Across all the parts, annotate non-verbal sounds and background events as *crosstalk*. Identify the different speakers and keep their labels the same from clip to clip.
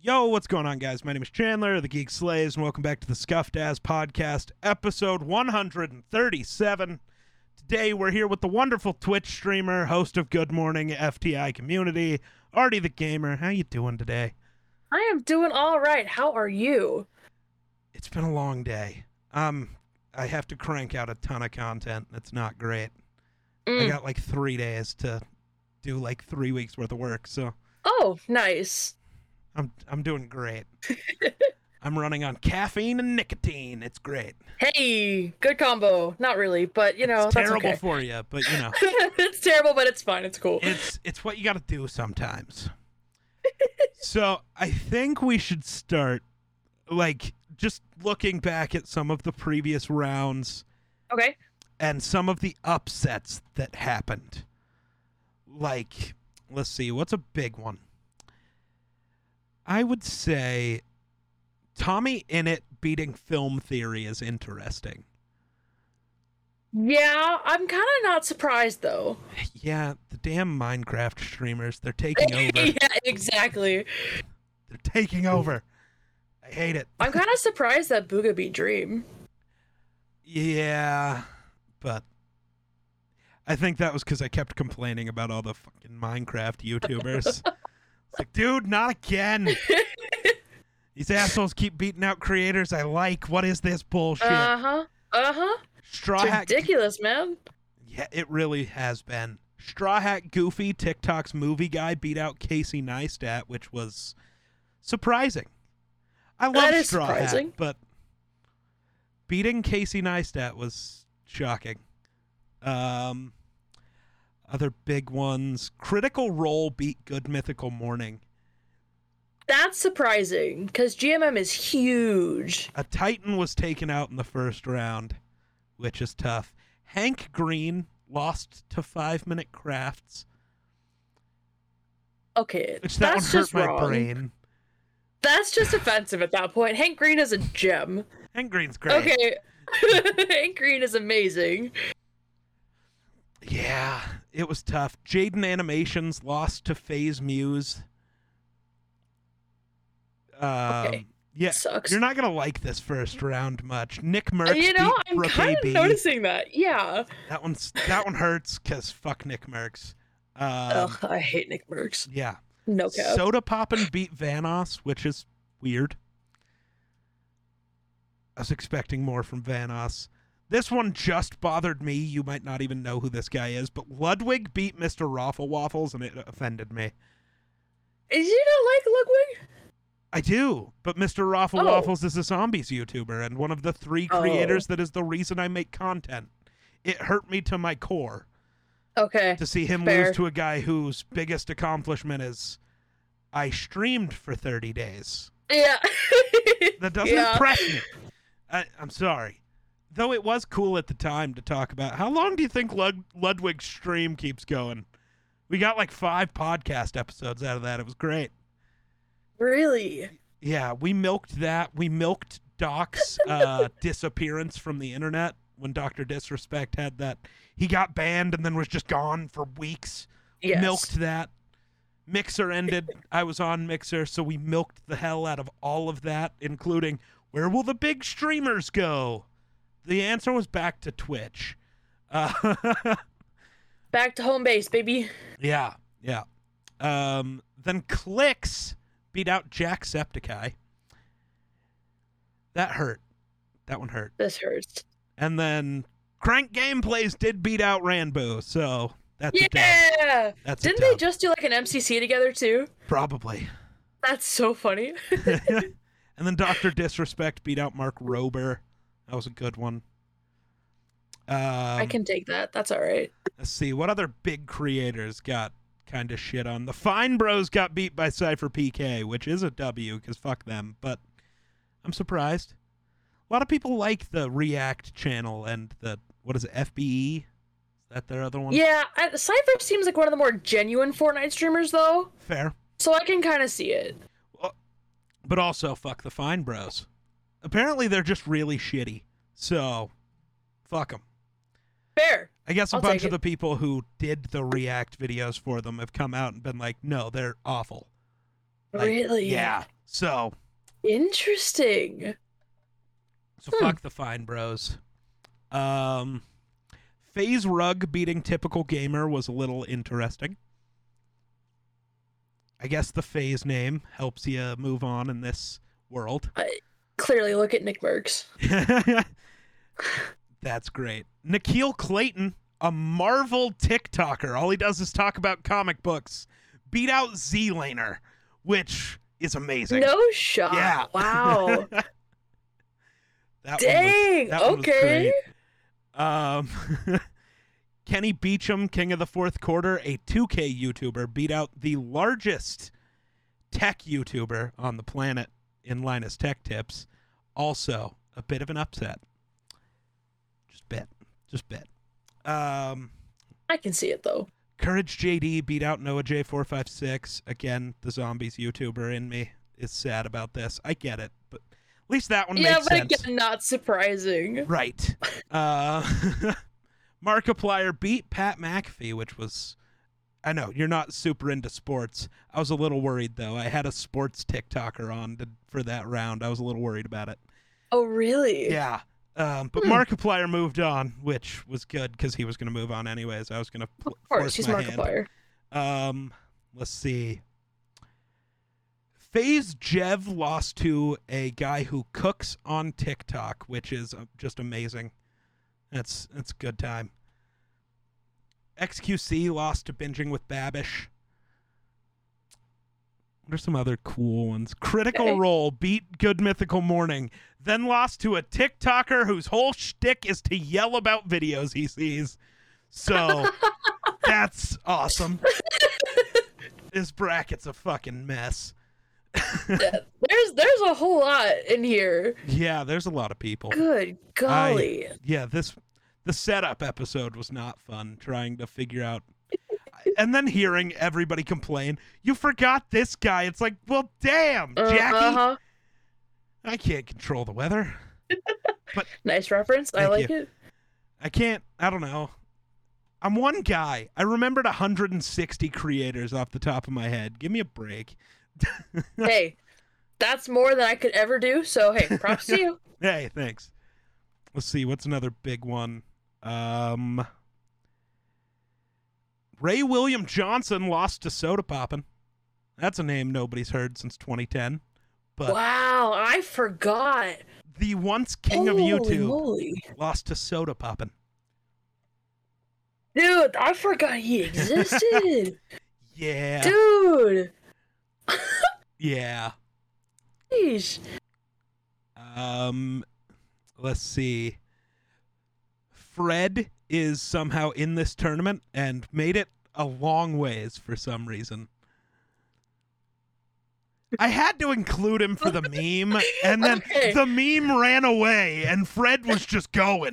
Speaker 1: Yo, what's going on, guys? My name is Chandler, the Geek Slays, and welcome back to the Scuffed Ass Podcast, episode 137. Today, we're here with the wonderful Twitch streamer, host of Good Morning FTI Community, Artie the Gamer. How you doing today?
Speaker 2: I am doing all right. How are you?
Speaker 1: It's been a long day. Um, I have to crank out a ton of content. It's not great. I
Speaker 2: Mm.
Speaker 1: got like three days to do like three weeks worth of work, so
Speaker 2: Oh, nice.
Speaker 1: I'm I'm doing great. I'm running on caffeine and nicotine. It's great.
Speaker 2: Hey, good combo. Not really, but you know,
Speaker 1: it's
Speaker 2: that's
Speaker 1: terrible
Speaker 2: okay.
Speaker 1: for you, but you know,
Speaker 2: *laughs* it's terrible, but it's fine. It's cool.
Speaker 1: it's it's what you got to do sometimes. so I think we should start, like, just looking back at some of the previous rounds
Speaker 2: Okay.
Speaker 1: and some of the upsets that happened. Like, let's see, what's a big one? I would say Tommy Innit beating film theory is interesting.
Speaker 2: Yeah, I'm kind of not surprised though.
Speaker 1: Yeah, the damn Minecraft streamers, they're
Speaker 2: *laughs*
Speaker 1: taking over.
Speaker 2: yeah, exactly.
Speaker 1: They're taking over. I hate it.
Speaker 2: I'm kind of surprised that Boogaby Dream.
Speaker 1: Yeah, but I think that was because I kept complaining about all the fucking Minecraft YouTubers. it's like, dude, not again. These assholes keep beating out creators I like. What is this bullshit?
Speaker 2: Uh huh. Uh huh.
Speaker 1: Straw
Speaker 2: It's
Speaker 1: Hat.
Speaker 2: ridiculous, man.
Speaker 1: Yeah, it really has been. Straw Hat Goofy, TikTok's movie guy, beat out Casey Neistat, which was surprising. I love
Speaker 2: is
Speaker 1: Straw
Speaker 2: surprising.
Speaker 1: Hat, but beating Casey Neistat was shocking. Um, other big ones: Critical Role beat Good Mythical Morning.
Speaker 2: That's surprising because GMM is huge.
Speaker 1: A Titan was taken out in the first round, which is tough. Hank Green lost to Five Minute Crafts.
Speaker 2: Okay,
Speaker 1: Which that
Speaker 2: that's
Speaker 1: would hurt
Speaker 2: just
Speaker 1: my
Speaker 2: wrong.
Speaker 1: brain.
Speaker 2: That's just offensive at that point. Hank Green is a gem.
Speaker 1: And Green's great.
Speaker 2: Okay. *laughs* Hank Green is amazing.
Speaker 1: Yeah, it was tough. Jaden Animations lost to Phase Muse. Um,
Speaker 2: Okay.
Speaker 1: Yeah,
Speaker 2: Sucks.
Speaker 1: you're not gonna like this first round much. Nick Merckx
Speaker 2: you know,
Speaker 1: beat
Speaker 2: I'm
Speaker 1: Brooke
Speaker 2: kind
Speaker 1: AB.
Speaker 2: of noticing that. Yeah.
Speaker 1: That one's that one hurts because fuck Nick Merckx. Um,
Speaker 2: Ugh, I hate Nick Merckx.
Speaker 1: Yeah,
Speaker 2: No cap.
Speaker 1: Soda Poppin beat Vanoss, which is weird. I was expecting more from Vanoss. This one just bothered me. You might not even know who this guy is, but Ludwig beat Mr. Raffle Waffles, and it offended me.
Speaker 2: Is you don't like Ludwig?
Speaker 1: I do, but Mr. Raffle
Speaker 2: Oh.
Speaker 1: Waffles is a zombies YouTuber and one of the three creators that is the reason I make content. It hurt me to my core
Speaker 2: Okay.
Speaker 1: to see him
Speaker 2: Fair.
Speaker 1: lose to a guy whose biggest accomplishment is I streamed for 30 days.
Speaker 2: Yeah. *laughs*
Speaker 1: That doesn't
Speaker 2: Yeah.
Speaker 1: impress me. I, I'm sorry. Though it was cool at the time to talk about. How long do you think Lud- Ludwig's stream keeps going? We got like five podcast episodes out of that. It was great.
Speaker 2: really?
Speaker 1: Yeah, we milked that. We milked Doc's uh, disappearance from the internet when Dr. Disrespect had that. He got banned and then was just gone for weeks.
Speaker 2: Yes.
Speaker 1: Milked that. Mixer
Speaker 2: *laughs*
Speaker 1: ended. I was on Mixer, so we milked the hell out of all of that, including where will the big streamers go? The answer was back to Twitch. Uh, *laughs*
Speaker 2: Back to home base, baby.
Speaker 1: yeah, yeah. Um, then Clicks beat out Jacksepticeye. That hurt. That one hurt.
Speaker 2: This hurts.
Speaker 1: And then Crank Gameplays did beat out Ranbo, so that's a dub.
Speaker 2: yeah.
Speaker 1: That's
Speaker 2: Didn't
Speaker 1: a
Speaker 2: they
Speaker 1: dub.
Speaker 2: just do like an MCC together too?
Speaker 1: Probably.
Speaker 2: That's so funny. *laughs*
Speaker 1: *laughs* and then Doctor Disrespect beat out Mark Rober. That was a good one. Um,
Speaker 2: I can take that. That's all right.
Speaker 1: Let's see what other big creators got kind of shit on. The Fine Bros got beat by Cipher PK, which is a W because fuck them. But I'm surprised. A lot of people like the React channel and the what is it FBE? Is that their other one?
Speaker 2: Yeah, I, Cypher seems like one of the more genuine Fortnite streamers though,
Speaker 1: Fair.
Speaker 2: so I can kind of see it.
Speaker 1: But also fuck the Fine Bros. Apparently they're just really shitty. So fuck them.
Speaker 2: Fair.
Speaker 1: I guess a
Speaker 2: I'll
Speaker 1: bunch
Speaker 2: take
Speaker 1: of the people who did the React videos for them have come out and been like, no, they're awful. Like,
Speaker 2: really?
Speaker 1: Yeah. So,
Speaker 2: Interesting.
Speaker 1: so
Speaker 2: Hmm.
Speaker 1: fuck the fine bros. Um, Phase Rug beating typical gamer was a little interesting. I guess the phase name helps you move on in this world.
Speaker 2: Clearly, look at Nick Burks.
Speaker 1: *laughs* That's great. Nikhil Clayton, a Marvel TikToker. All he does is talk about comic books. Beat out Z Laner, which is amazing. *laughs*
Speaker 2: No shot.
Speaker 1: Yeah. *laughs*
Speaker 2: Wow.
Speaker 1: That one was-
Speaker 2: Dang.
Speaker 1: that one was
Speaker 2: okay.
Speaker 1: great. Um, *laughs* Kenny Beecham, king of the fourth quarter, a 2K YouTuber, beat out the largest tech YouTuber on the planet in Linus Tech Tips. Also, a bit of an upset. Just bit. Just bit. Um,
Speaker 2: I can see it though.
Speaker 1: Courage JD beat out Noah J456. Again, the zombies YouTuber in me is sad about this. I get it, but at least that one
Speaker 2: yeah,
Speaker 1: makes
Speaker 2: but
Speaker 1: sense.
Speaker 2: again, not surprising.
Speaker 1: Right. Uh, *laughs* Markiplier beat Pat McAfee, which was. I know you're not super into sports. I was a little worried though. I had a sports TikToker on to, for that round. I was a little worried about it.
Speaker 2: Oh, really?
Speaker 1: Yeah. Um, but
Speaker 2: Hmm.
Speaker 1: Markiplier moved on, which was good because he was going to move on anyways. I was going to
Speaker 2: Of
Speaker 1: pl-
Speaker 2: course,
Speaker 1: force
Speaker 2: he's
Speaker 1: my hand.
Speaker 2: Markiplier.
Speaker 1: Um, let's see. Phase Jev lost to a guy who cooks on TikTok, which is uh, just amazing. That's that's a good time. XQC lost to binging with Babish. What are some other cool ones? Critical
Speaker 2: Okay.
Speaker 1: Role beat Good Mythical Morning, then lost to a TikToker whose whole shtick is to yell about videos he sees. So that's awesome. this bracket's a fucking mess.
Speaker 2: There's there's a whole lot in here.
Speaker 1: Yeah, there's a lot of people.
Speaker 2: Good golly.
Speaker 1: Yeah, this the setup episode was not fun trying to figure out and then hearing everybody complain, you forgot this guy. It's like, well, damn,
Speaker 2: Uh,
Speaker 1: Jackie,
Speaker 2: uh-huh.
Speaker 1: I can't control the weather.
Speaker 2: Nice reference. I
Speaker 1: Thank *laughs*
Speaker 2: like it.
Speaker 1: I can't. I don't know. I'm one guy. I remembered 160 creators off the top of my head. Give me a break.
Speaker 2: hey, that's more than I could ever do. So
Speaker 1: *laughs*
Speaker 2: hey, props to you.
Speaker 1: Hey, thanks. Let's see. What's another big one? Um, Ray William Johnson lost to Soda Poppin. That's a name nobody's heard since 2010. But
Speaker 2: wow, I forgot.
Speaker 1: the once king of
Speaker 2: Holy
Speaker 1: YouTube
Speaker 2: moly.
Speaker 1: lost to Soda Poppin.
Speaker 2: dude! I forgot
Speaker 1: *laughs*
Speaker 2: he existed,
Speaker 1: Yeah.
Speaker 2: dude.
Speaker 1: Yeah.
Speaker 2: Jeez.
Speaker 1: Um, let's see. Fred is somehow in this tournament and made it a long ways for some reason. I had to include him
Speaker 2: *laughs*
Speaker 1: for the meme, and then
Speaker 2: Okay.
Speaker 1: the meme ran away, and Fred was just going.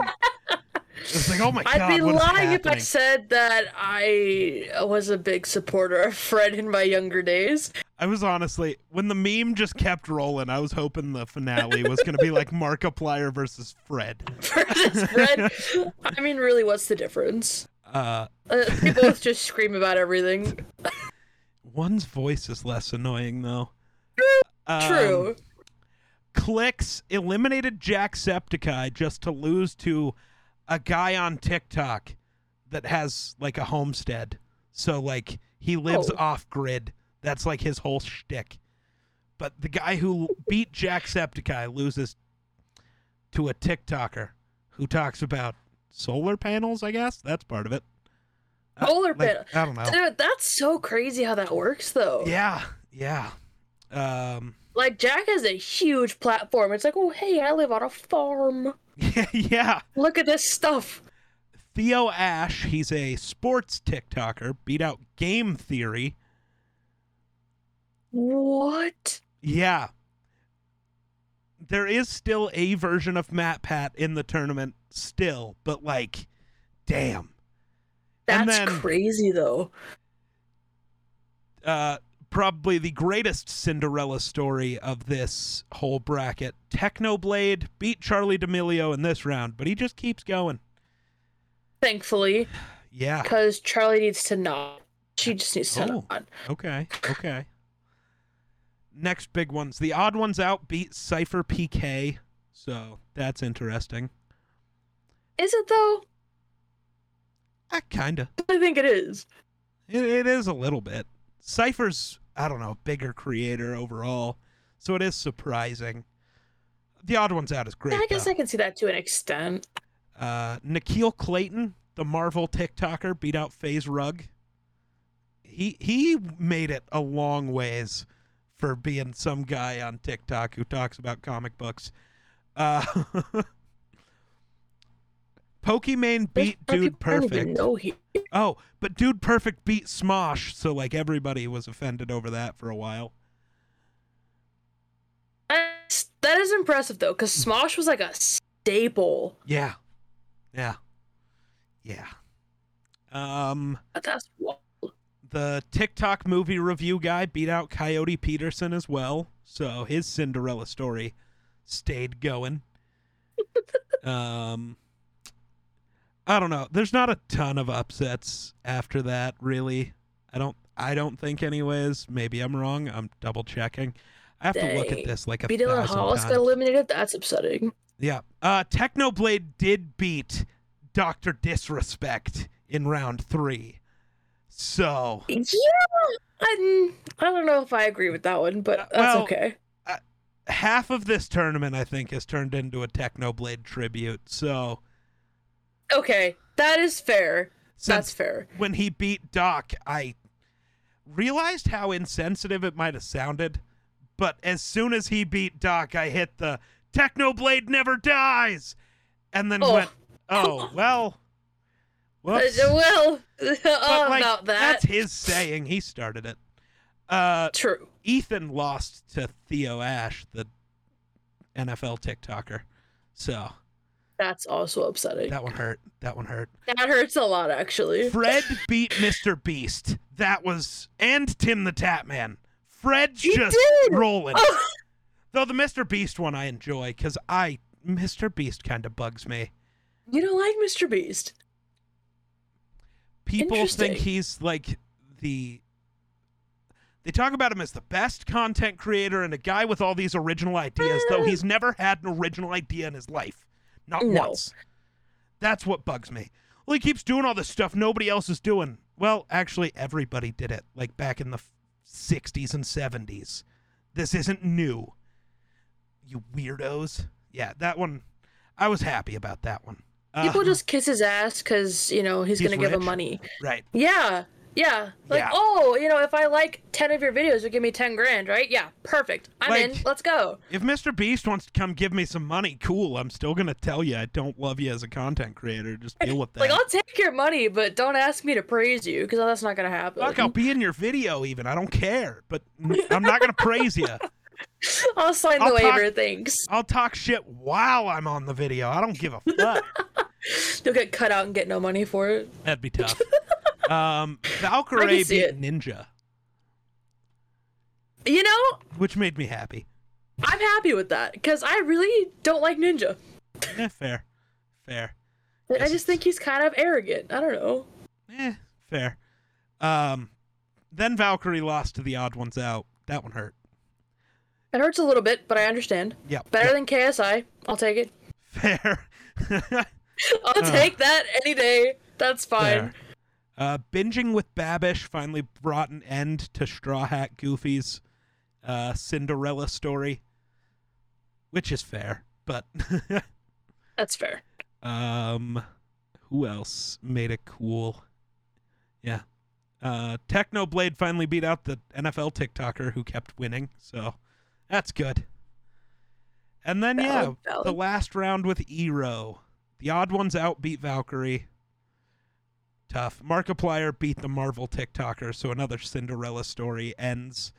Speaker 1: It's like, oh my god,
Speaker 2: *laughs* I'd be
Speaker 1: what is
Speaker 2: lying if I
Speaker 1: happening?
Speaker 2: said that I was a big supporter of Fred in my younger days. *laughs*
Speaker 1: I was honestly when the meme just kept rolling, I was hoping the finale was going to be like
Speaker 2: *laughs*
Speaker 1: Markiplier versus Fred.
Speaker 2: Versus Fred. I mean, really, what's the difference?
Speaker 1: Uh,
Speaker 2: Uh,
Speaker 1: *laughs*
Speaker 2: they both just scream about everything.
Speaker 1: One's voice is less annoying though. Um,
Speaker 2: *laughs* True.
Speaker 1: Clicks eliminated Jacksepticeye just to lose to a guy on TikTok that has like a homestead. So like he lives
Speaker 2: Oh.
Speaker 1: off grid. That's like his whole shtick. But the guy who beat Jacksepticeye loses to a TikToker who talks about solar panels. I guess that's part of it. Uh,
Speaker 2: Polar
Speaker 1: like,
Speaker 2: panel.
Speaker 1: I don't know.
Speaker 2: Dude, that's so crazy how that works, though.
Speaker 1: oh. Yeah, yeah. Um. *laughs*
Speaker 2: Like, Jack has a huge platform. It's like, oh, hey, I live on a farm.
Speaker 1: Yeah, yeah.
Speaker 2: Look at this stuff.
Speaker 1: Theo Ash, he's a sports TikToker, beat out Game Theory.
Speaker 2: What?
Speaker 1: Yeah. There is still a version of Matt Pat in the tournament, still, but like, damn. And
Speaker 2: That's
Speaker 1: then-
Speaker 2: crazy, though.
Speaker 1: Uh, probably the greatest Cinderella story of this whole bracket. Technoblade beat Charlie D'Amelio in this round, but he just keeps going.
Speaker 2: Thankfully,
Speaker 1: Yeah.
Speaker 2: because Charlie needs to not. She just needs to
Speaker 1: Oh.
Speaker 2: not.
Speaker 1: Okay. Okay. next big ones. The odd ones out beat Cypher PK. So that's interesting.
Speaker 2: Is it though?
Speaker 1: Uh, kinda.
Speaker 2: I think it is.
Speaker 1: It, it is a little bit. Cypher's, I don't know, bigger creator overall. So it is surprising. The odd ones out is great.
Speaker 2: Yeah, I guess
Speaker 1: though.
Speaker 2: I can see that to an extent.
Speaker 1: Uh, Nikhil Clayton, the Marvel TikToker, beat out FaZe Rug. He he made it a long ways for being some guy on TikTok who talks about comic books. Uh, *laughs* Pokimane
Speaker 2: There's
Speaker 1: beat
Speaker 2: a lot of
Speaker 1: Dude
Speaker 2: people I don't even
Speaker 1: Perfect.
Speaker 2: know he-
Speaker 1: Oh, but Dude Perfect beat Smosh, so like everybody was offended over that for a while.
Speaker 2: That's, that is impressive though, because
Speaker 1: Hmm.
Speaker 2: Smosh was like a staple.
Speaker 1: Yeah. Yeah. Yeah. Um
Speaker 2: But that's wild.
Speaker 1: the TikTok movie review guy beat out Coyote Peterson as well, so his Cinderella story stayed
Speaker 2: *laughs*
Speaker 1: going. um, I don't know. There's not a ton of upsets after that, really. I don't. I don't think, anyways. Maybe I'm wrong. I'm double checking. I have to look at
Speaker 2: Dang.
Speaker 1: this like a
Speaker 2: B. Dylan
Speaker 1: thousand
Speaker 2: Hollis got
Speaker 1: times.
Speaker 2: eliminated. That's upsetting.
Speaker 1: Yeah. Uh, Technoblade did beat Doctor Disrespect in round three, so.
Speaker 2: Yeah, I, I don't know if I agree with that one, but
Speaker 1: Uh,
Speaker 2: that's
Speaker 1: well-
Speaker 2: okay.
Speaker 1: half of this tournament I think has turned into a Technoblade tribute. So
Speaker 2: Okay, that is fair. That's
Speaker 1: since
Speaker 2: fair.
Speaker 1: when he beat Doc, I realized how insensitive it might have sounded, but as soon as he beat Doc, I hit the Technoblade never dies and then
Speaker 2: Oh.
Speaker 1: went, "Oh, well." Whoops.
Speaker 2: Uh, well, *laughs*
Speaker 1: But,
Speaker 2: all
Speaker 1: like,
Speaker 2: about that.
Speaker 1: That's his saying. He started it. Uh
Speaker 2: True.
Speaker 1: Ethan lost to Theo Ash, the NFL TikToker. So,
Speaker 2: That's also upsetting.
Speaker 1: That one hurt. That one hurt.
Speaker 2: That hurts a lot, actually.
Speaker 1: Fred beat Mr. Beast. That was and Tim the Tatman. Fred's
Speaker 2: He
Speaker 1: just
Speaker 2: did!
Speaker 1: rolling.
Speaker 2: Oh. *laughs*
Speaker 1: Though the Mr. Beast one I enjoy because I Mr. Beast kind of bugs me.
Speaker 2: You don't like Mr. Beast.
Speaker 1: People think
Speaker 2: Interesting.
Speaker 1: he's like the. They talk about him as the best content creator and a guy with all these original ideas, though
Speaker 2: Uh.
Speaker 1: he's never had an original idea in his life. Not
Speaker 2: No.
Speaker 1: once. That's what bugs me. Well, he keeps doing all this stuff nobody else is doing. Well, actually, everybody did it, like back in the f- 60s and 70s. This isn't new. You weirdos. Yeah, that one. I was happy about that one. Uh,
Speaker 2: People just kiss his ass because, you know, he's,
Speaker 1: He's
Speaker 2: going to give him
Speaker 1: rich.
Speaker 2: money.
Speaker 1: Right.
Speaker 2: Yeah. Yeah. Like,
Speaker 1: Yeah.
Speaker 2: oh, you know, if I like 10 of your videos, you'll give me 10 grand, right? Yeah. Perfect. I'm in.
Speaker 1: Like-
Speaker 2: Let's go.
Speaker 1: If Mr. Beast wants to come give me some money, cool. I'm still going to tell you I don't love you as a content creator. Just deal with that.
Speaker 2: *laughs* Like, I'll take your money, but don't ask me to praise you because that's not going to happen.
Speaker 1: Fuck, I'll be in your video even. I don't care. But n- I'm not going to praise
Speaker 2: *laughs*
Speaker 1: you.
Speaker 2: *laughs* I'll sign the
Speaker 1: I'll talk-
Speaker 2: waiver. Thanks. *laughs*
Speaker 1: I'll talk shit while I'm on the video. I don't give a fuck.
Speaker 2: You'll get cut out and get no money for it.
Speaker 1: That'd be tough. Um, Valkyrie
Speaker 2: I can see
Speaker 1: beat
Speaker 2: it.
Speaker 1: Ninja,
Speaker 2: You know,
Speaker 1: which made me happy.
Speaker 2: I'm happy with that because I really don't like Ninja.
Speaker 1: Eh, fair. Fair.
Speaker 2: I
Speaker 1: Yes,
Speaker 2: just think he's kind of arrogant. I don't know.
Speaker 1: Eh, fair. Um, then Valkyrie lost to the odd ones out. That one hurt.
Speaker 2: It hurts a little bit, but I understand.
Speaker 1: Yep.
Speaker 2: Better than KSI. I'll take it. *laughs*
Speaker 1: Fair. *laughs*
Speaker 2: I'll
Speaker 1: Uh.
Speaker 2: take that any day. That's fine.
Speaker 1: fair. Uh, binging with Babish finally brought an end to Straw Hat Goofy's uh, Cinderella story, which is fair, but *laughs*
Speaker 2: That's fair.
Speaker 1: Um, who else made it cool? Yeah. Uh, Technoblade finally beat out the NFL TikToker who kept winning, so that's good. And then
Speaker 2: Valid,
Speaker 1: yeah,
Speaker 2: valid.
Speaker 1: the last round with Ero. The odd ones out beat Valkyrie. Tough. Markiplier beat the Marvel TikToker, so another Cinderella story ends.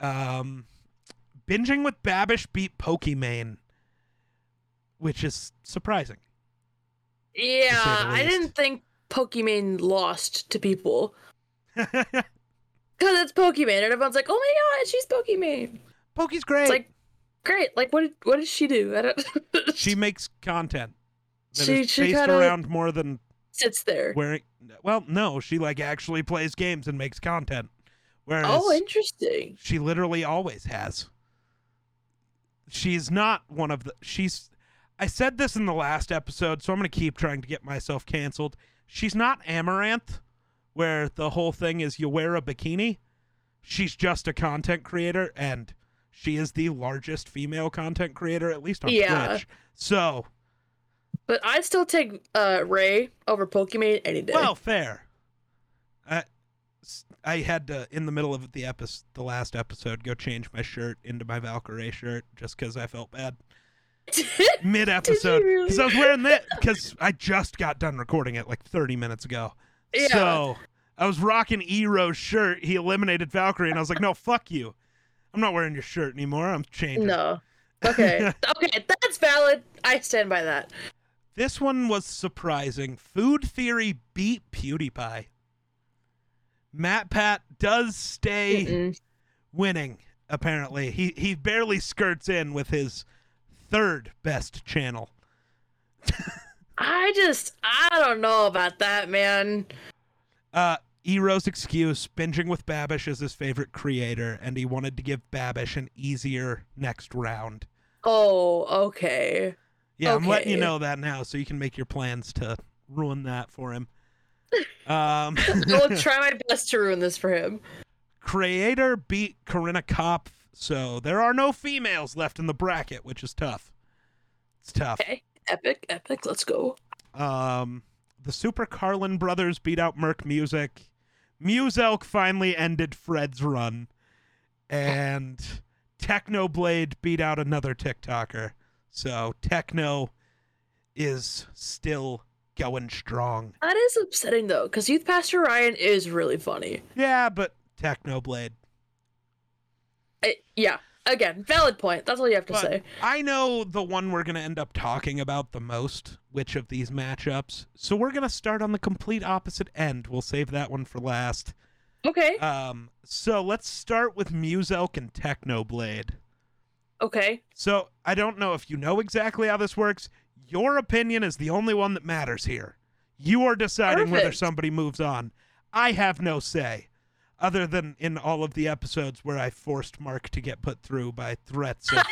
Speaker 1: um, binging with Babish beat Pokimane, which is surprising.
Speaker 2: Yeah, I
Speaker 1: least.
Speaker 2: didn't think Pokemon lost to people. Because it's Pokemon, and everyone's like, oh my god, she's Pokemon.
Speaker 1: Pokey's great.
Speaker 2: It's like, great. Like, what did, what did she do? I don't... *laughs*
Speaker 1: she makes content that is
Speaker 2: She- she
Speaker 1: based
Speaker 2: kinda-
Speaker 1: around more than
Speaker 2: sits there.
Speaker 1: wearing. Well, no, she like actually plays games and makes content, Whereas
Speaker 2: Oh, interesting.
Speaker 1: she literally always has. She's not one of the. She's. I said this in the last episode, so I'm going to keep trying to get myself canceled. She's not Amaranth, where the whole thing is you wear a bikini. She's just a content creator, and she is the largest female content creator, at least on
Speaker 2: Yeah.
Speaker 1: Twitch. So,
Speaker 2: But I'd still take uh Ray over Pokemon any day. *laughs*
Speaker 1: Well, fair. I s- I had to in the middle of the episode, the last episode, go change my shirt into my Valkyrie shirt just because I felt bad mid episode
Speaker 2: really?
Speaker 1: because I was wearing that because I just got done recording it like 30 minutes ago.
Speaker 2: Yeah.
Speaker 1: So I was rocking Ero's shirt. He eliminated Valkyrie, and I was like, "No, fuck you! I'm not wearing your shirt anymore. I'm changing."
Speaker 2: no.
Speaker 1: *laughs*
Speaker 2: Okay. okay, that's valid. I stand by that.
Speaker 1: This one was surprising. Food Theory beat PewDiePie. Matt Pat does stay
Speaker 2: Mm-mm.
Speaker 1: winning. Apparently, he he barely skirts in with his third best channel.
Speaker 2: I just I don't know about that, man.
Speaker 1: Uh, Ero's excuse: binging with Babish is his favorite creator, and he wanted to give Babish an easier next round.
Speaker 2: Oh, okay.
Speaker 1: Yeah, I'm letting you
Speaker 2: Okay.
Speaker 1: know that now, so you can make your plans to ruin that for him. Um,
Speaker 2: I
Speaker 1: *laughs*
Speaker 2: will try my best to ruin this for him.
Speaker 1: creator beat Corinna Kopf, so there are no females left in the bracket, which is tough. It's tough.
Speaker 2: Okay. Epic, epic, let's go.
Speaker 1: Um, the Super Carlin brothers beat out Merc Music. Muselk finally ended Fred's run, and Technoblade beat out another TikToker. So Techno is still going strong.
Speaker 2: That is upsetting though, because Youth Pastor Ryan is really funny.
Speaker 1: Yeah, but Technoblade.
Speaker 2: I, yeah. Again, valid point. That's all you have to
Speaker 1: But-
Speaker 2: say.
Speaker 1: I know the one we're going to end up talking about the most, which of these matchups. So we're going to start on the complete opposite end. We'll save that one for last.
Speaker 2: Okay.
Speaker 1: Um, so let's start with Muselk and Technoblade.
Speaker 2: Okay.
Speaker 1: So I don't know if you know exactly how this works. Your opinion is the only one that matters here. You are deciding whether
Speaker 2: Perfect.
Speaker 1: somebody moves on. I have no say, other than in all of the episodes where I forced Mark to get put through by threats
Speaker 2: *laughs*
Speaker 1: of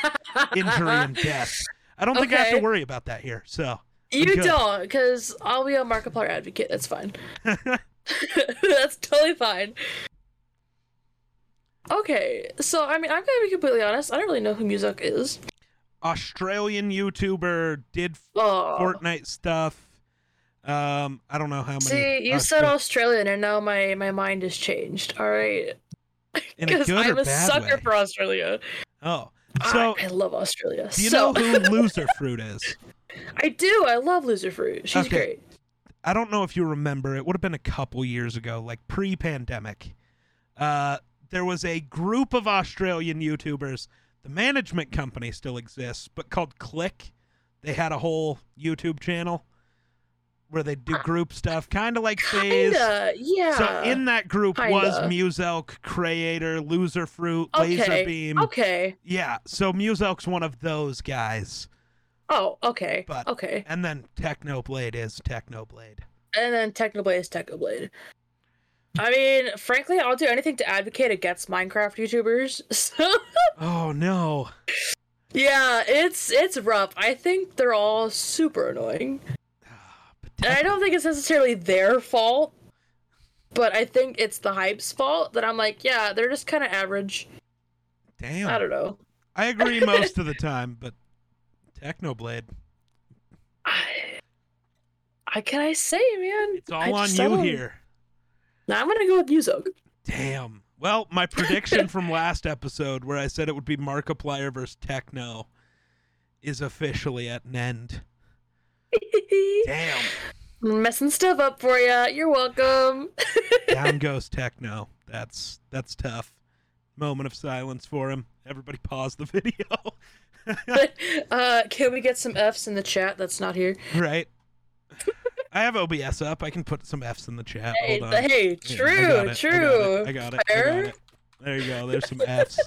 Speaker 1: injury and death. I don't think I have to
Speaker 2: Okay.
Speaker 1: worry about that here. So
Speaker 2: You
Speaker 1: good.
Speaker 2: don't, because I'll be a Markiplier advocate.
Speaker 1: *laughs*
Speaker 2: That's fine. *laughs* That's totally fine. Okay, so I mean, I'm gonna be completely honest. I don't really know who Muzak is.
Speaker 1: Australian YouTuber did
Speaker 2: Oh,
Speaker 1: Fortnite stuff. Um, I don't know how many.
Speaker 2: see, you said
Speaker 1: Austra-
Speaker 2: Australian, and now my my mind has changed. All right,
Speaker 1: in
Speaker 2: *laughs*
Speaker 1: a
Speaker 2: because
Speaker 1: good
Speaker 2: I'm
Speaker 1: or
Speaker 2: a
Speaker 1: bad
Speaker 2: sucker
Speaker 1: way.
Speaker 2: for Australia.
Speaker 1: Oh,
Speaker 2: I-
Speaker 1: so
Speaker 2: I, love Australia.
Speaker 1: do you
Speaker 2: so
Speaker 1: know
Speaker 2: *laughs*
Speaker 1: who Loser Fruit is?
Speaker 2: I do. I love Loser Fruit. She's
Speaker 1: Okay.
Speaker 2: great.
Speaker 1: I don't know if you remember. It would have been a couple years ago, like pre-pandemic. Uh, there was a group of Australian YouTubers. The management company still exists, but called Click. They had a whole YouTube channel where they do group stuff, kind of like Phase.
Speaker 2: Kinda, yeah.
Speaker 1: So in that group was
Speaker 2: Kinda.
Speaker 1: Muselk, Creator, Loser Fruit, Laser
Speaker 2: Okay,
Speaker 1: Beam.
Speaker 2: okay.
Speaker 1: Yeah, so Muselk's one of those guys,
Speaker 2: Oh, okay.
Speaker 1: But-
Speaker 2: okay.
Speaker 1: and then Technoblade is Technoblade.
Speaker 2: and then Technoblade is Technoblade. I mean, frankly, I'll do anything to advocate against Minecraft YouTubers. *laughs* So
Speaker 1: Oh no.
Speaker 2: yeah, it's it's rough. I think they're all super annoying,
Speaker 1: Ah,
Speaker 2: and I
Speaker 1: potato-
Speaker 2: don't think it's necessarily their fault, but I think it's the hype's fault that I'm like, yeah, they're just kind of average.
Speaker 1: Damn.
Speaker 2: I don't know.
Speaker 1: I agree most of the time, but Technoblade.
Speaker 2: I, I can I say, man?
Speaker 1: It's all
Speaker 2: I
Speaker 1: on
Speaker 2: just- I
Speaker 1: you
Speaker 2: don't-
Speaker 1: here.
Speaker 2: Nah, I'm gonna go with Yuzo.
Speaker 1: Damn. Well, my prediction from last episode where I said it would be Markiplier versus Techno is officially at an end. Damn.
Speaker 2: *laughs* Messing stuff up for ya. You're welcome. *laughs*
Speaker 1: Down goes Techno. That's that's tough. Moment of silence for him. Everybody pause the *laughs* video.
Speaker 2: uh, can we get some F's in the chat that's not here?
Speaker 1: right? I have OBS up. I can put some Fs in the chat.
Speaker 2: Hey,
Speaker 1: Hold on.
Speaker 2: hey
Speaker 1: Yeah,
Speaker 2: true,
Speaker 1: I got it, I got it, I got it.
Speaker 2: true.
Speaker 1: I got it.
Speaker 2: Fair.
Speaker 1: There you go. There's some F's.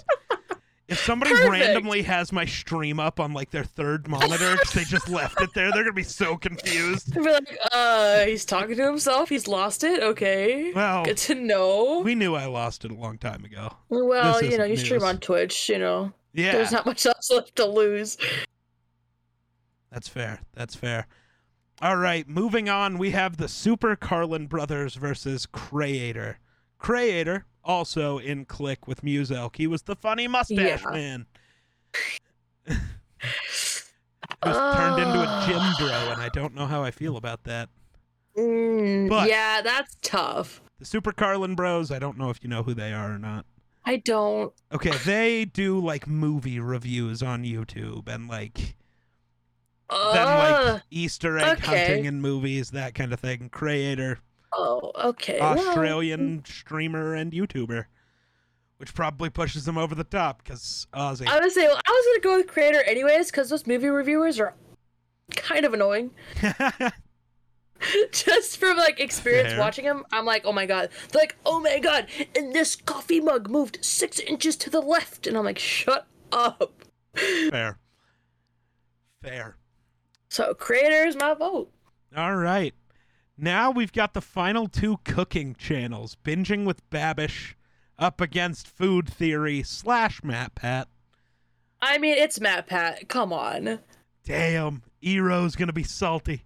Speaker 1: If somebody
Speaker 2: Perfect.
Speaker 1: randomly has my stream up on like their third
Speaker 2: *laughs*
Speaker 1: monitor because they just left it there, they're gonna be so confused.
Speaker 2: We're like, uh, he's talking to himself. He's lost it. Okay.
Speaker 1: Well,
Speaker 2: Good to know.
Speaker 1: we knew I lost it a long time ago.
Speaker 2: well,
Speaker 1: this
Speaker 2: you know,
Speaker 1: isn't
Speaker 2: you stream
Speaker 1: news.
Speaker 2: on Twitch. You know,
Speaker 1: Yeah,
Speaker 2: there's not much *laughs* else left to lose.
Speaker 1: that's fair. That's fair. All right, moving on. We have the Super Carlin Brothers versus Creator. Creator, also in click with Muselk, he was the funny mustache
Speaker 2: Yeah.
Speaker 1: man. *laughs* He was turned into a gym
Speaker 2: Ah.
Speaker 1: bro, and I don't know how I feel about that.
Speaker 2: Mm,
Speaker 1: But-
Speaker 2: yeah, that's tough.
Speaker 1: The Super Carlin Bros, I don't know if you know who they are or not.
Speaker 2: I don't.
Speaker 1: Okay, they do like movie reviews on YouTube and like then
Speaker 2: Uh,
Speaker 1: like Easter egg
Speaker 2: okay.
Speaker 1: hunting in movies, that kind of thing. Creator,
Speaker 2: oh, okay. well,
Speaker 1: Australian streamer and YouTuber, which probably pushes them over the top because Aussie.
Speaker 2: I would say well, I was gonna go with creator anyways because those movie reviewers are kind of annoying. *laughs* Just from like experience
Speaker 1: Fair.
Speaker 2: watching them, I'm like, oh my god. They're like, oh my god, and this coffee mug moved six inches to the left, and I'm like, shut up.
Speaker 1: *laughs* Fair, fair.
Speaker 2: So creator is my vote.
Speaker 1: All right. Now we've got the final two cooking channels, Binging with Babish up against Food Theory slash Matt Pat.
Speaker 2: I mean, it's Matt Pat. Come on.
Speaker 1: Damn, Ero's gonna be salty.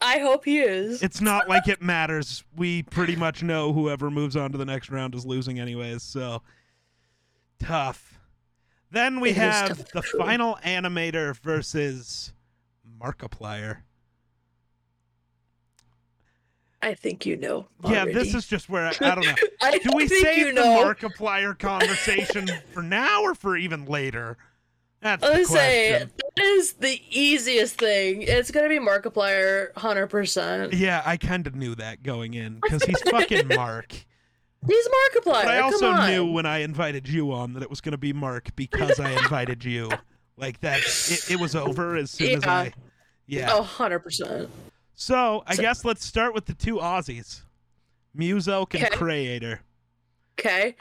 Speaker 2: I hope he is.
Speaker 1: It's not like it matters. We pretty much know whoever moves on to the next round is losing anyways, so tough. Then we
Speaker 2: It is
Speaker 1: have
Speaker 2: tough,
Speaker 1: the
Speaker 2: true.
Speaker 1: final animator versus Markiplier.
Speaker 2: I think you know.
Speaker 1: Yeah, this
Speaker 2: already.
Speaker 1: is just where I, I don't know.
Speaker 2: *laughs* I
Speaker 1: Do we
Speaker 2: think
Speaker 1: save
Speaker 2: you
Speaker 1: the
Speaker 2: know.
Speaker 1: Markiplier conversation for now or for even later? That's
Speaker 2: I
Speaker 1: the
Speaker 2: was
Speaker 1: question.
Speaker 2: gonna say that is the easiest thing. It's gonna be Markiplier, hundred percent.
Speaker 1: Yeah, I kind of knew that going in because he's fucking Mark.
Speaker 2: He's Markiplier.
Speaker 1: But I also
Speaker 2: come on.
Speaker 1: knew when I invited you on that it was going to be Mark because I invited you. Like that, it, it was over as soon as
Speaker 2: Yeah.
Speaker 1: I. Yeah.
Speaker 2: Oh, 100 percent.
Speaker 1: So I
Speaker 2: So-
Speaker 1: guess let's start with the two Aussies, Muselk and
Speaker 2: Okay.
Speaker 1: Creator.
Speaker 2: Okay.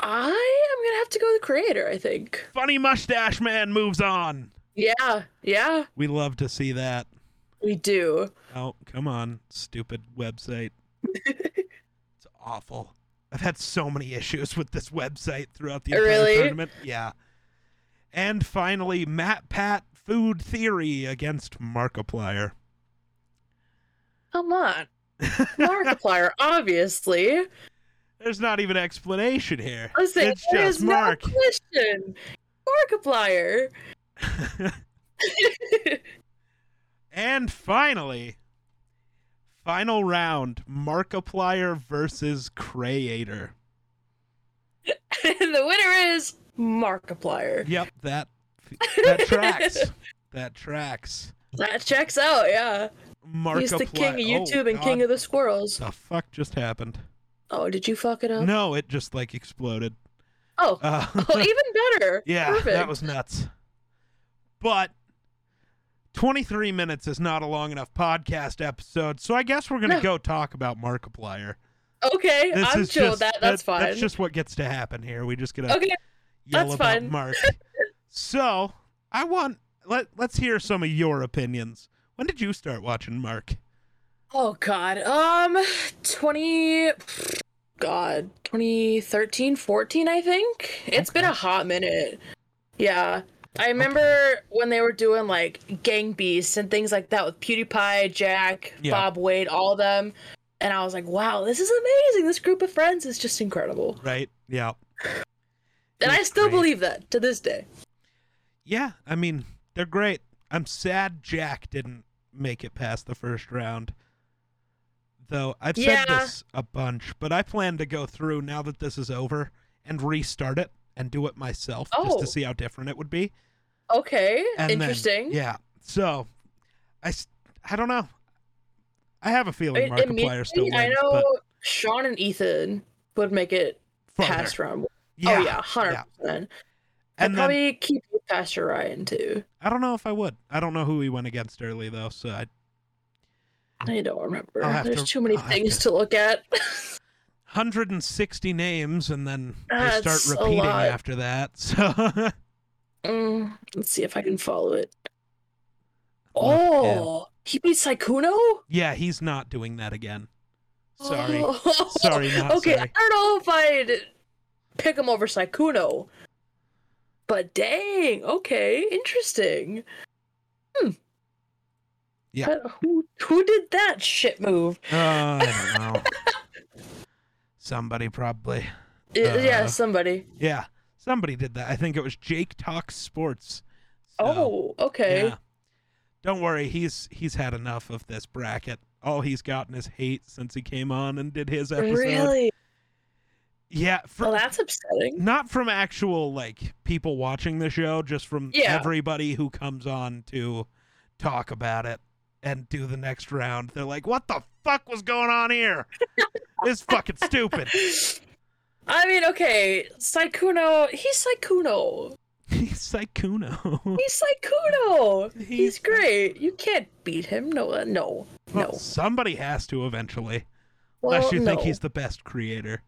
Speaker 2: I am gonna have to go with the creator. I think.
Speaker 1: Funny mustache man moves on.
Speaker 2: Yeah, yeah,
Speaker 1: We love to see that.
Speaker 2: we do.
Speaker 1: Oh, come on, stupid
Speaker 2: *laughs*
Speaker 1: website. it's awful. I've had so many issues with this website throughout the entire
Speaker 2: Really?
Speaker 1: tournament. Yeah. And finally, Matt Pat Food Theory against Markiplier.
Speaker 2: Come on,
Speaker 1: *laughs*
Speaker 2: Markiplier. obviously,
Speaker 1: There's not even explanation here.
Speaker 2: listen,
Speaker 1: it's
Speaker 2: there
Speaker 1: just
Speaker 2: is
Speaker 1: Mark.
Speaker 2: no question. Markiplier. *laughs*
Speaker 1: and finally, final round Markiplier versus Creator.
Speaker 2: and the winner is Markiplier.
Speaker 1: Yep, that that
Speaker 2: *laughs*
Speaker 1: tracks. That tracks.
Speaker 2: That checks out. Yeah.
Speaker 1: Markiplier.
Speaker 2: He's the king of
Speaker 1: Oh,
Speaker 2: YouTube and king
Speaker 1: God.
Speaker 2: of the squirrels.
Speaker 1: the fuck just happened?
Speaker 2: Oh, did you fuck it up?
Speaker 1: No, it just like exploded.
Speaker 2: Oh,
Speaker 1: Uh, *laughs*
Speaker 2: oh, even better.
Speaker 1: yeah,
Speaker 2: Perfect.
Speaker 1: that was nuts. But 23 minutes is not a long enough podcast episode, so I guess we're gonna
Speaker 2: No.
Speaker 1: go talk about Markiplier.
Speaker 2: okay.
Speaker 1: This
Speaker 2: I'm
Speaker 1: is
Speaker 2: chill.
Speaker 1: just,
Speaker 2: that that's
Speaker 1: that-
Speaker 2: fine.
Speaker 1: That's just what gets to happen here. We just gonna
Speaker 2: okay.
Speaker 1: yell
Speaker 2: that's
Speaker 1: about
Speaker 2: fine. *laughs*
Speaker 1: Mark. so I want let let's hear some of your opinions. When did you start watching Mark?
Speaker 2: Oh God. Um, twenty. God, 2013, 14, I think. It's been
Speaker 1: Okay.
Speaker 2: a hot minute. Yeah. I remember when they were doing like Gang Beasts and things like that with PewDiePie, Jack,
Speaker 1: Yeah.
Speaker 2: Bob Wade, all of them. And I was like, wow, this is amazing. This group of friends is just incredible.
Speaker 1: Right? Yeah.
Speaker 2: And I
Speaker 1: It's
Speaker 2: still
Speaker 1: great.
Speaker 2: believe that to this day.
Speaker 1: Yeah, I mean, they're great. I'm sad Jack didn't make it past the first round. Though I've
Speaker 2: Yeah.
Speaker 1: said this a bunch, but I plan to go through now that this is over and restart it and do it myself just
Speaker 2: Oh.
Speaker 1: to see how different it would be.
Speaker 2: Okay,
Speaker 1: And then-
Speaker 2: interesting.
Speaker 1: yeah. So, I, s- I don't know. I have a
Speaker 2: I
Speaker 1: feeling
Speaker 2: mean,
Speaker 1: Markiplier still
Speaker 2: immediately,
Speaker 1: wins,
Speaker 2: I know
Speaker 1: but
Speaker 2: Sean and Ethan would make it
Speaker 1: farther.
Speaker 2: past round one.
Speaker 1: Yeah.
Speaker 2: Oh yeah, hundred percent. I'd
Speaker 1: And then-
Speaker 2: probably keep you past your Ryan too.
Speaker 1: I don't know if I would. I don't know who he went against early though, so I
Speaker 2: I don't remember.
Speaker 1: I'll have
Speaker 2: There's
Speaker 1: to-
Speaker 2: too many
Speaker 1: I'll have
Speaker 2: things
Speaker 1: to-
Speaker 2: to... look at.
Speaker 1: 160 names, and then they
Speaker 2: That's
Speaker 1: start
Speaker 2: a
Speaker 1: repeating
Speaker 2: lot.
Speaker 1: after that. *laughs* So
Speaker 2: *laughs* Mm, let's see if I can follow it.
Speaker 1: Look at-
Speaker 2: Oh, he beat Saikuno?
Speaker 1: yeah, he's not doing that again. Sorry,
Speaker 2: Oh.
Speaker 1: *laughs* sorry, not
Speaker 2: *laughs* okay,
Speaker 1: sorry.
Speaker 2: I don't know if I'd pick him over Saikuno. But dang, okay, interesting. Hmm.
Speaker 1: Yeah.
Speaker 2: Uh, who who did that shit move?
Speaker 1: Uh, I don't know. *laughs* Somebody probably.
Speaker 2: I- yeah,
Speaker 1: Uh,
Speaker 2: somebody.
Speaker 1: Yeah, somebody did that. I think it was Jake Talks Sports. So,
Speaker 2: oh, okay.
Speaker 1: yeah. Don't worry, he's he's had enough of this bracket. All he's gotten is hate since he came on and did his episode.
Speaker 2: Really?
Speaker 1: Yeah, fr-
Speaker 2: Well, that's upsetting.
Speaker 1: not from actual like people watching the show, just from
Speaker 2: Yeah.
Speaker 1: everybody who comes on to talk about it and do the next round. They're like, "What the fuck was going on
Speaker 2: *laughs*
Speaker 1: here? this is fucking stupid." *laughs*
Speaker 2: I mean, okay, Saikuno, he's Saikuno.
Speaker 1: He's Saikuno.
Speaker 2: He's Saikuno.
Speaker 1: He's-
Speaker 2: He's, great. You can't beat him. No, uh, no,
Speaker 1: Well,
Speaker 2: no.
Speaker 1: somebody has to eventually,
Speaker 2: Well,
Speaker 1: unless you think
Speaker 2: no.
Speaker 1: he's the best creator.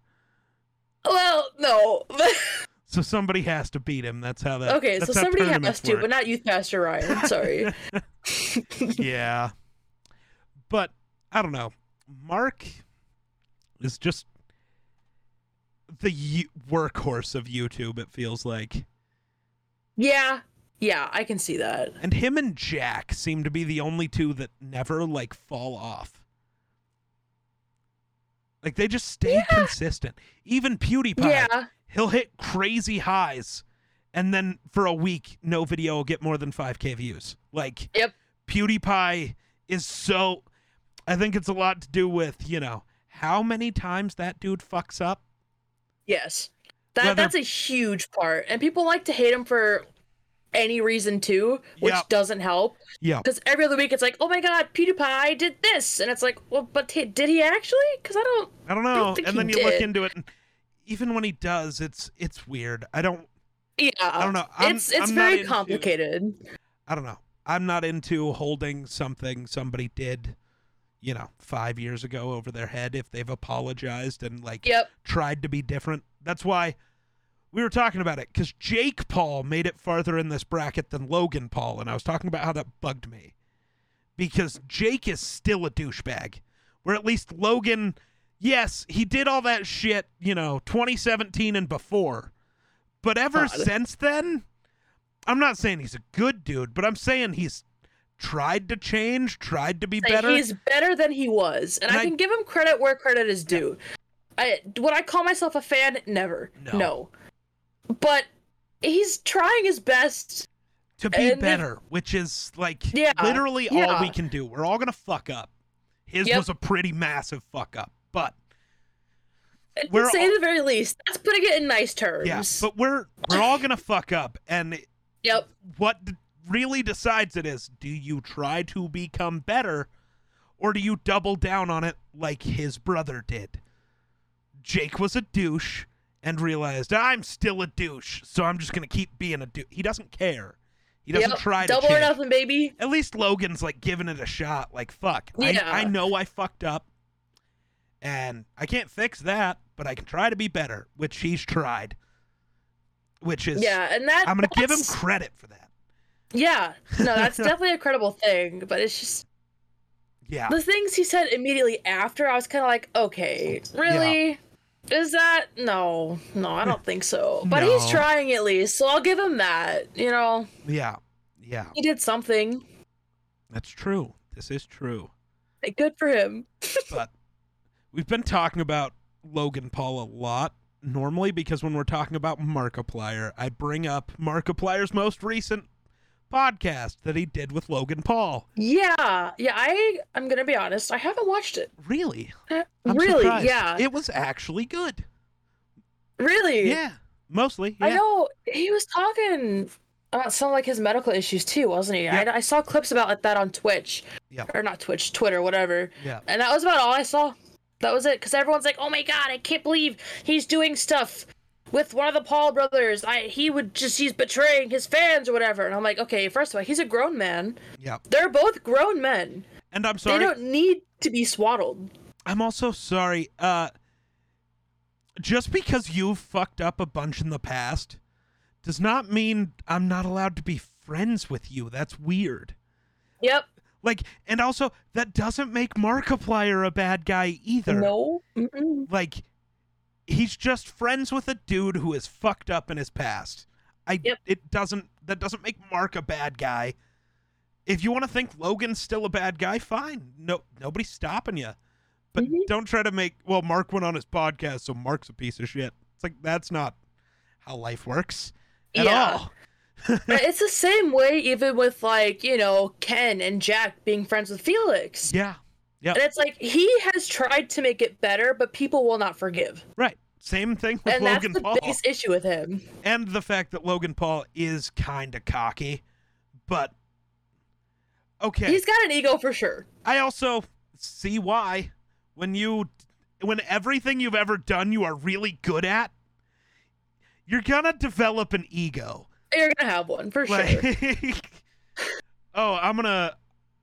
Speaker 2: Well, no. *laughs*
Speaker 1: So somebody has to beat him. That's how that.
Speaker 2: okay, so
Speaker 1: that's how
Speaker 2: somebody has
Speaker 1: tournaments
Speaker 2: to,
Speaker 1: work.
Speaker 2: but not you, Pastor
Speaker 1: *laughs*
Speaker 2: Ryan. Sorry.
Speaker 1: yeah. But I don't know. Mark is just the y- workhorse of YouTube, it feels like.
Speaker 2: yeah, yeah, I can see that.
Speaker 1: And him and Jack seem to be the only two that never, like, fall off. Like, they just stay consistent. Even PewDiePie,
Speaker 2: Yeah,
Speaker 1: he'll hit crazy highs, and then for a week, no video will get more than 5K views. Like,
Speaker 2: Yep.
Speaker 1: PewDiePie is so. I think it's a lot to do with, you know, how many times that dude fucks up.
Speaker 2: yes. That
Speaker 1: Whether-
Speaker 2: that's a huge part, and people like to hate him for any reason too, which
Speaker 1: Yep.
Speaker 2: doesn't help.
Speaker 1: Yep.
Speaker 2: Because every other week it's like, oh my god, PewDiePie did this, and it's like, well, but he- did he actually? Because I don't.
Speaker 1: I don't
Speaker 2: don't
Speaker 1: know.
Speaker 2: think
Speaker 1: and
Speaker 2: he
Speaker 1: then you look
Speaker 2: did.
Speaker 1: into it, and even when he does, it's it's weird. I don't
Speaker 2: Yeah,
Speaker 1: I don't know. I'm-
Speaker 2: it's it's
Speaker 1: I'm not
Speaker 2: very
Speaker 1: into-
Speaker 2: complicated.
Speaker 1: I don't know. I'm not into holding something somebody did, you know, five years ago over their head if they've apologized and like
Speaker 2: Yep.
Speaker 1: tried to be different. That's why we were talking about it because Jake Paul made it farther in this bracket than Logan Paul, and I was talking about how that bugged me because Jake is still a douchebag. Where at least Logan, yes, he did all that shit, you know, 2017 and before, but ever
Speaker 2: God.
Speaker 1: since then, I'm not saying he's a good dude, but I'm saying he's tried to change, tried to be
Speaker 2: Like,
Speaker 1: better.
Speaker 2: He's better than he was, and,
Speaker 1: And
Speaker 2: I,
Speaker 1: I-
Speaker 2: can give him credit where credit is due. I would I call myself a fan? Never.
Speaker 1: No.
Speaker 2: No. But he's trying his best.
Speaker 1: to be
Speaker 2: And if-
Speaker 1: better, which is like
Speaker 2: Yeah,
Speaker 1: literally all
Speaker 2: yeah.
Speaker 1: we can do. We're all gonna fuck up. His
Speaker 2: Yep.
Speaker 1: was a pretty massive fuck up, but We're
Speaker 2: to say
Speaker 1: all-
Speaker 2: the very least. That's putting it in nice terms.
Speaker 1: yeah, but we're we're all gonna fuck up. And
Speaker 2: yep.
Speaker 1: what d- really decides it is: do you try to become better, or do you double down on it like his brother did? Jake was a douche and realized I'm still a douche, so I'm just gonna keep being a douche. He doesn't care. He doesn't
Speaker 2: yep.
Speaker 1: try to
Speaker 2: Double
Speaker 1: change.
Speaker 2: or nothing, baby.
Speaker 1: at least Logan's like giving it a shot. Like, fuck,
Speaker 2: Yeah.
Speaker 1: I, I know I fucked up, and I can't fix that, but I can try to be better, which he's tried. Which is,
Speaker 2: Yeah, and that
Speaker 1: I'm gonna give him
Speaker 2: that's-
Speaker 1: credit for that.
Speaker 2: Yeah,
Speaker 1: *laughs*
Speaker 2: no, that's definitely a credible thing. But it's just
Speaker 1: Yeah,
Speaker 2: the things he said immediately after. I was kind of like, okay, really. Is that no? No, I don't think so. But he's
Speaker 1: No.
Speaker 2: trying at least, so I'll give him that. You know,
Speaker 1: yeah, yeah.
Speaker 2: he did something.
Speaker 1: That's true. This is true.
Speaker 2: Like, Good for him.
Speaker 1: but we've been talking about Logan Paul a lot normally because when we're talking about Markiplier, I bring up Markiplier's most recent podcast that he did with Logan Paul.
Speaker 2: Yeah, yeah. I I'm gonna be honest. I haven't watched it.
Speaker 1: Really?
Speaker 2: Uh,
Speaker 1: I'm
Speaker 2: really?
Speaker 1: surprised.
Speaker 2: Yeah.
Speaker 1: It was actually good.
Speaker 2: really.
Speaker 1: Yeah. Mostly. Yeah.
Speaker 2: I know he was talking about some like his medical issues too, wasn't he?
Speaker 1: Yeah.
Speaker 2: I, I saw clips about like that on Twitch.
Speaker 1: Yeah.
Speaker 2: Or not Twitch, Twitter, whatever.
Speaker 1: Yeah.
Speaker 2: And that was about all I saw. That was it. Because everyone's like, oh my god, I can't believe he's doing stuff with one of the Paul brothers. I He would just, he's betraying his fans or whatever. And I'm like, okay, first of all, he's a grown man.
Speaker 1: Yeah.
Speaker 2: They're both grown men.
Speaker 1: And I'm
Speaker 2: They
Speaker 1: sorry.
Speaker 2: don't need to be swaddled.
Speaker 1: I'm also sorry. Uh just because you've fucked up a bunch in the past does not mean I'm not allowed to be friends with you. That's weird.
Speaker 2: Yep.
Speaker 1: Like, and also, that doesn't make Markiplier a bad guy either.
Speaker 2: No.
Speaker 1: *laughs*
Speaker 2: Mm-mm.
Speaker 1: Like, he's just friends with a dude who is fucked up in his past. I
Speaker 2: Yep.
Speaker 1: it doesn't that doesn't make Mark a bad guy. If you want to think Logan's still a bad guy, fine. No nobody's stopping you. But
Speaker 2: Mhm.
Speaker 1: don't try to make well, Mark went on his podcast, so Mark's a piece of shit. It's like that's not how life works at
Speaker 2: Yeah.
Speaker 1: all.
Speaker 2: But it's the same way, even with like you know Ken and Jack being friends with Felix.
Speaker 1: Yeah.
Speaker 2: And it's like he has tried to make it better, but people will not forgive.
Speaker 1: Right. Same thing with
Speaker 2: And that's
Speaker 1: Logan
Speaker 2: the
Speaker 1: Paul.
Speaker 2: biggest issue with him.
Speaker 1: and the fact that Logan Paul is kind of cocky, but okay.
Speaker 2: He's got an ego for sure.
Speaker 1: I also see why when you when everything you've ever done you are really good at, you're gonna develop an ego.
Speaker 2: You're gonna have one
Speaker 1: *laughs*
Speaker 2: for sure.
Speaker 1: Like, oh, I'm gonna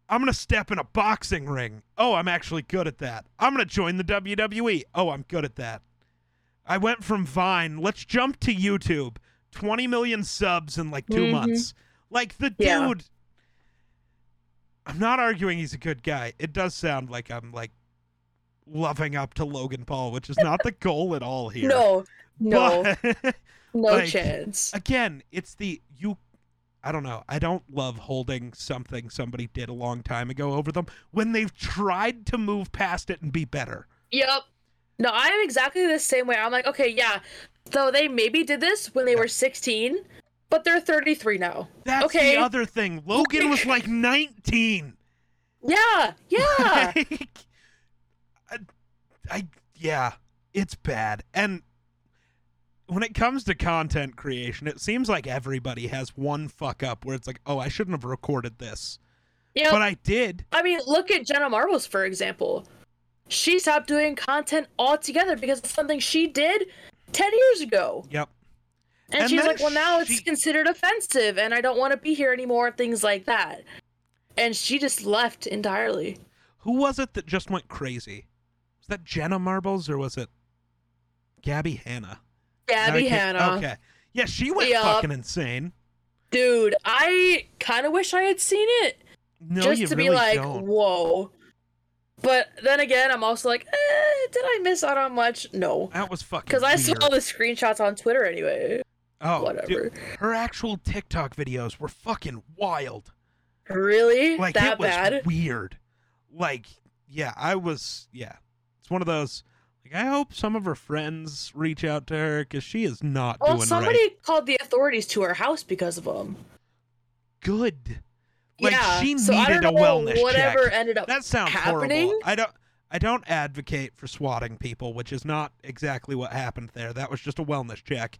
Speaker 1: I'm gonna step in a boxing ring. Oh, I'm actually good at that. I'm gonna join the WWE. Oh, I'm good at that. I went from Vine. Let's jump to YouTube. 20 million subs in like 2
Speaker 2: Mhm.
Speaker 1: months. Like the
Speaker 2: Yeah.
Speaker 1: dude. I'm not arguing he's a good guy. It does sound like I'm like loving up to Logan Paul, which is not the goal at all here.
Speaker 2: No, no,
Speaker 1: But- *laughs*
Speaker 2: no
Speaker 1: like,
Speaker 2: chance.
Speaker 1: again, it's the you. I don't know. I don't love holding something somebody did a long time ago over them when they've tried to move past it and be better.
Speaker 2: Yep. No, I am exactly the same way. I'm like, okay, yeah. So they maybe did this when they were 16, but they're 33 now.
Speaker 1: That's
Speaker 2: Okay.
Speaker 1: the other thing. Logan was
Speaker 2: *laughs*
Speaker 1: like 19.
Speaker 2: Yeah,
Speaker 1: *laughs*
Speaker 2: yeah.
Speaker 1: Like, I, I, yeah, it's bad. And when it comes to content creation, it seems like everybody has one fuck up where it's like, oh, I shouldn't have recorded this,
Speaker 2: yep.
Speaker 1: but I did.
Speaker 2: I mean, look at Jenna Marbles, for example. She stopped doing content altogether because it's something she did 10 years ago.
Speaker 1: Yep.
Speaker 2: And,
Speaker 1: And
Speaker 2: she's
Speaker 1: then
Speaker 2: like, well, now it's
Speaker 1: she-
Speaker 2: considered offensive and I don't want to be here anymore, things like that. And she just left entirely.
Speaker 1: Who was it that just went crazy? Was that Jenna Marbles or was it Gabby Hanna? Now I
Speaker 2: Gabby
Speaker 1: can't-
Speaker 2: Hanna.
Speaker 1: Okay. Yeah, she went
Speaker 2: Yup.
Speaker 1: fucking insane.
Speaker 2: Dude, I kind of wish I had seen it
Speaker 1: No,
Speaker 2: just
Speaker 1: you
Speaker 2: to
Speaker 1: really
Speaker 2: be like,
Speaker 1: don't.
Speaker 2: whoa. But then again, I'm also like, eh, did I miss out on much? No.
Speaker 1: That was fucking.
Speaker 2: Because I saw
Speaker 1: weird.
Speaker 2: all the screenshots on Twitter anyway.
Speaker 1: Oh,
Speaker 2: whatever.
Speaker 1: dude, her actual TikTok videos were fucking wild.
Speaker 2: Really?
Speaker 1: Like
Speaker 2: that
Speaker 1: it was
Speaker 2: bad?
Speaker 1: weird. Like, yeah, I was. Yeah, it's one of those. Like, I hope some of her friends reach out to her because she is not
Speaker 2: Well,
Speaker 1: doing
Speaker 2: somebody
Speaker 1: right.
Speaker 2: called the authorities to her house because of him.
Speaker 1: Good. Like
Speaker 2: yeah,
Speaker 1: she
Speaker 2: so I
Speaker 1: needed
Speaker 2: don't
Speaker 1: a
Speaker 2: know
Speaker 1: wellness
Speaker 2: whatever
Speaker 1: check.
Speaker 2: ended up.
Speaker 1: That sounds horrible.
Speaker 2: happening?
Speaker 1: I don't I don't advocate for swatting people, which is not exactly what happened there. That was just a wellness check.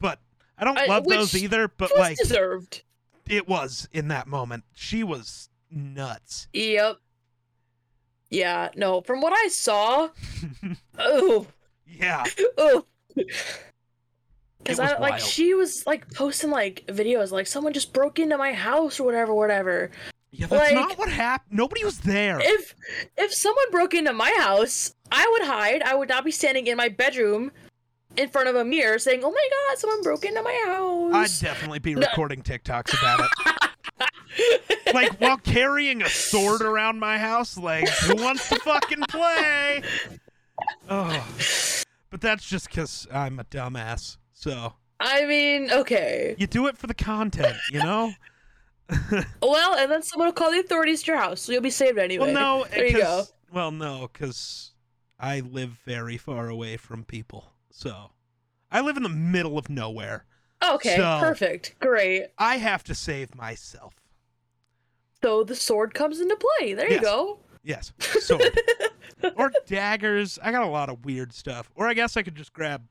Speaker 1: But I don't
Speaker 2: I-
Speaker 1: love those
Speaker 2: which
Speaker 1: either, but
Speaker 2: was
Speaker 1: like
Speaker 2: deserved.
Speaker 1: it was in that moment. She was
Speaker 2: *laughs*
Speaker 1: nuts.
Speaker 2: Yep. Yeah. No. From what I saw, oh,
Speaker 1: yeah.
Speaker 2: oh.
Speaker 1: It was
Speaker 2: Because I like
Speaker 1: wild.
Speaker 2: she was like posting like videos like someone just broke into my house or whatever, whatever.
Speaker 1: Yeah, that's not
Speaker 2: Like-
Speaker 1: what happened. Nobody was there.
Speaker 2: If if someone broke into my house, I would hide. I would not be standing in my bedroom in front of a mirror saying, "Oh my god, someone broke into my
Speaker 1: I'd
Speaker 2: house."
Speaker 1: definitely be
Speaker 2: No.
Speaker 1: recording TikToks about it.
Speaker 2: *laughs*
Speaker 1: like while carrying a sword around my house, like who wants to fucking play? Oh, but that's just because I'm a dumbass. So
Speaker 2: I mean, okay.
Speaker 1: you do it for the content, you
Speaker 2: *laughs*
Speaker 1: know?
Speaker 2: Well, and then someone will call the authorities to your house, so you'll be saved anyway.
Speaker 1: Well, no,
Speaker 2: *laughs* there you go.
Speaker 1: 'cause- Well, no, because I live very far away from people. So I live in the middle of nowhere.
Speaker 2: Okay,
Speaker 1: so-
Speaker 2: perfect, great.
Speaker 1: I have to save myself.
Speaker 2: So the sword comes into play. There
Speaker 1: Yes.
Speaker 2: you go.
Speaker 1: Yes. So or daggers. I got a lot of weird stuff. Or I guess I could just grab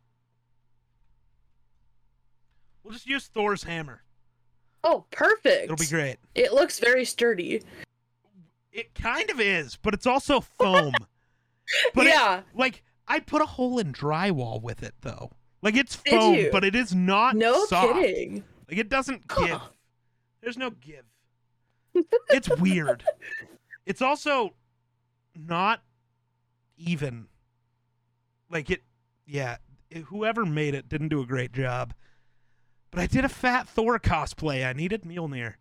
Speaker 1: We'll just use Thor's hammer.
Speaker 2: Oh, perfect.
Speaker 1: It'll be great.
Speaker 2: It looks very sturdy.
Speaker 1: It kind of is, but it's also
Speaker 2: *laughs*
Speaker 1: foam. but it-
Speaker 2: yeah.
Speaker 1: like I put a hole in drywall with it though. Like it's foam,
Speaker 2: you?
Speaker 1: but it is not
Speaker 2: no
Speaker 1: soft.
Speaker 2: kidding.
Speaker 1: Like it doesn't
Speaker 2: Huh.
Speaker 1: give. There's no give. It's weird. it's also not even. Like it yeah, whoever made it didn't do a great job. But I did a fat Thor cosplay. I needed Mjolnir.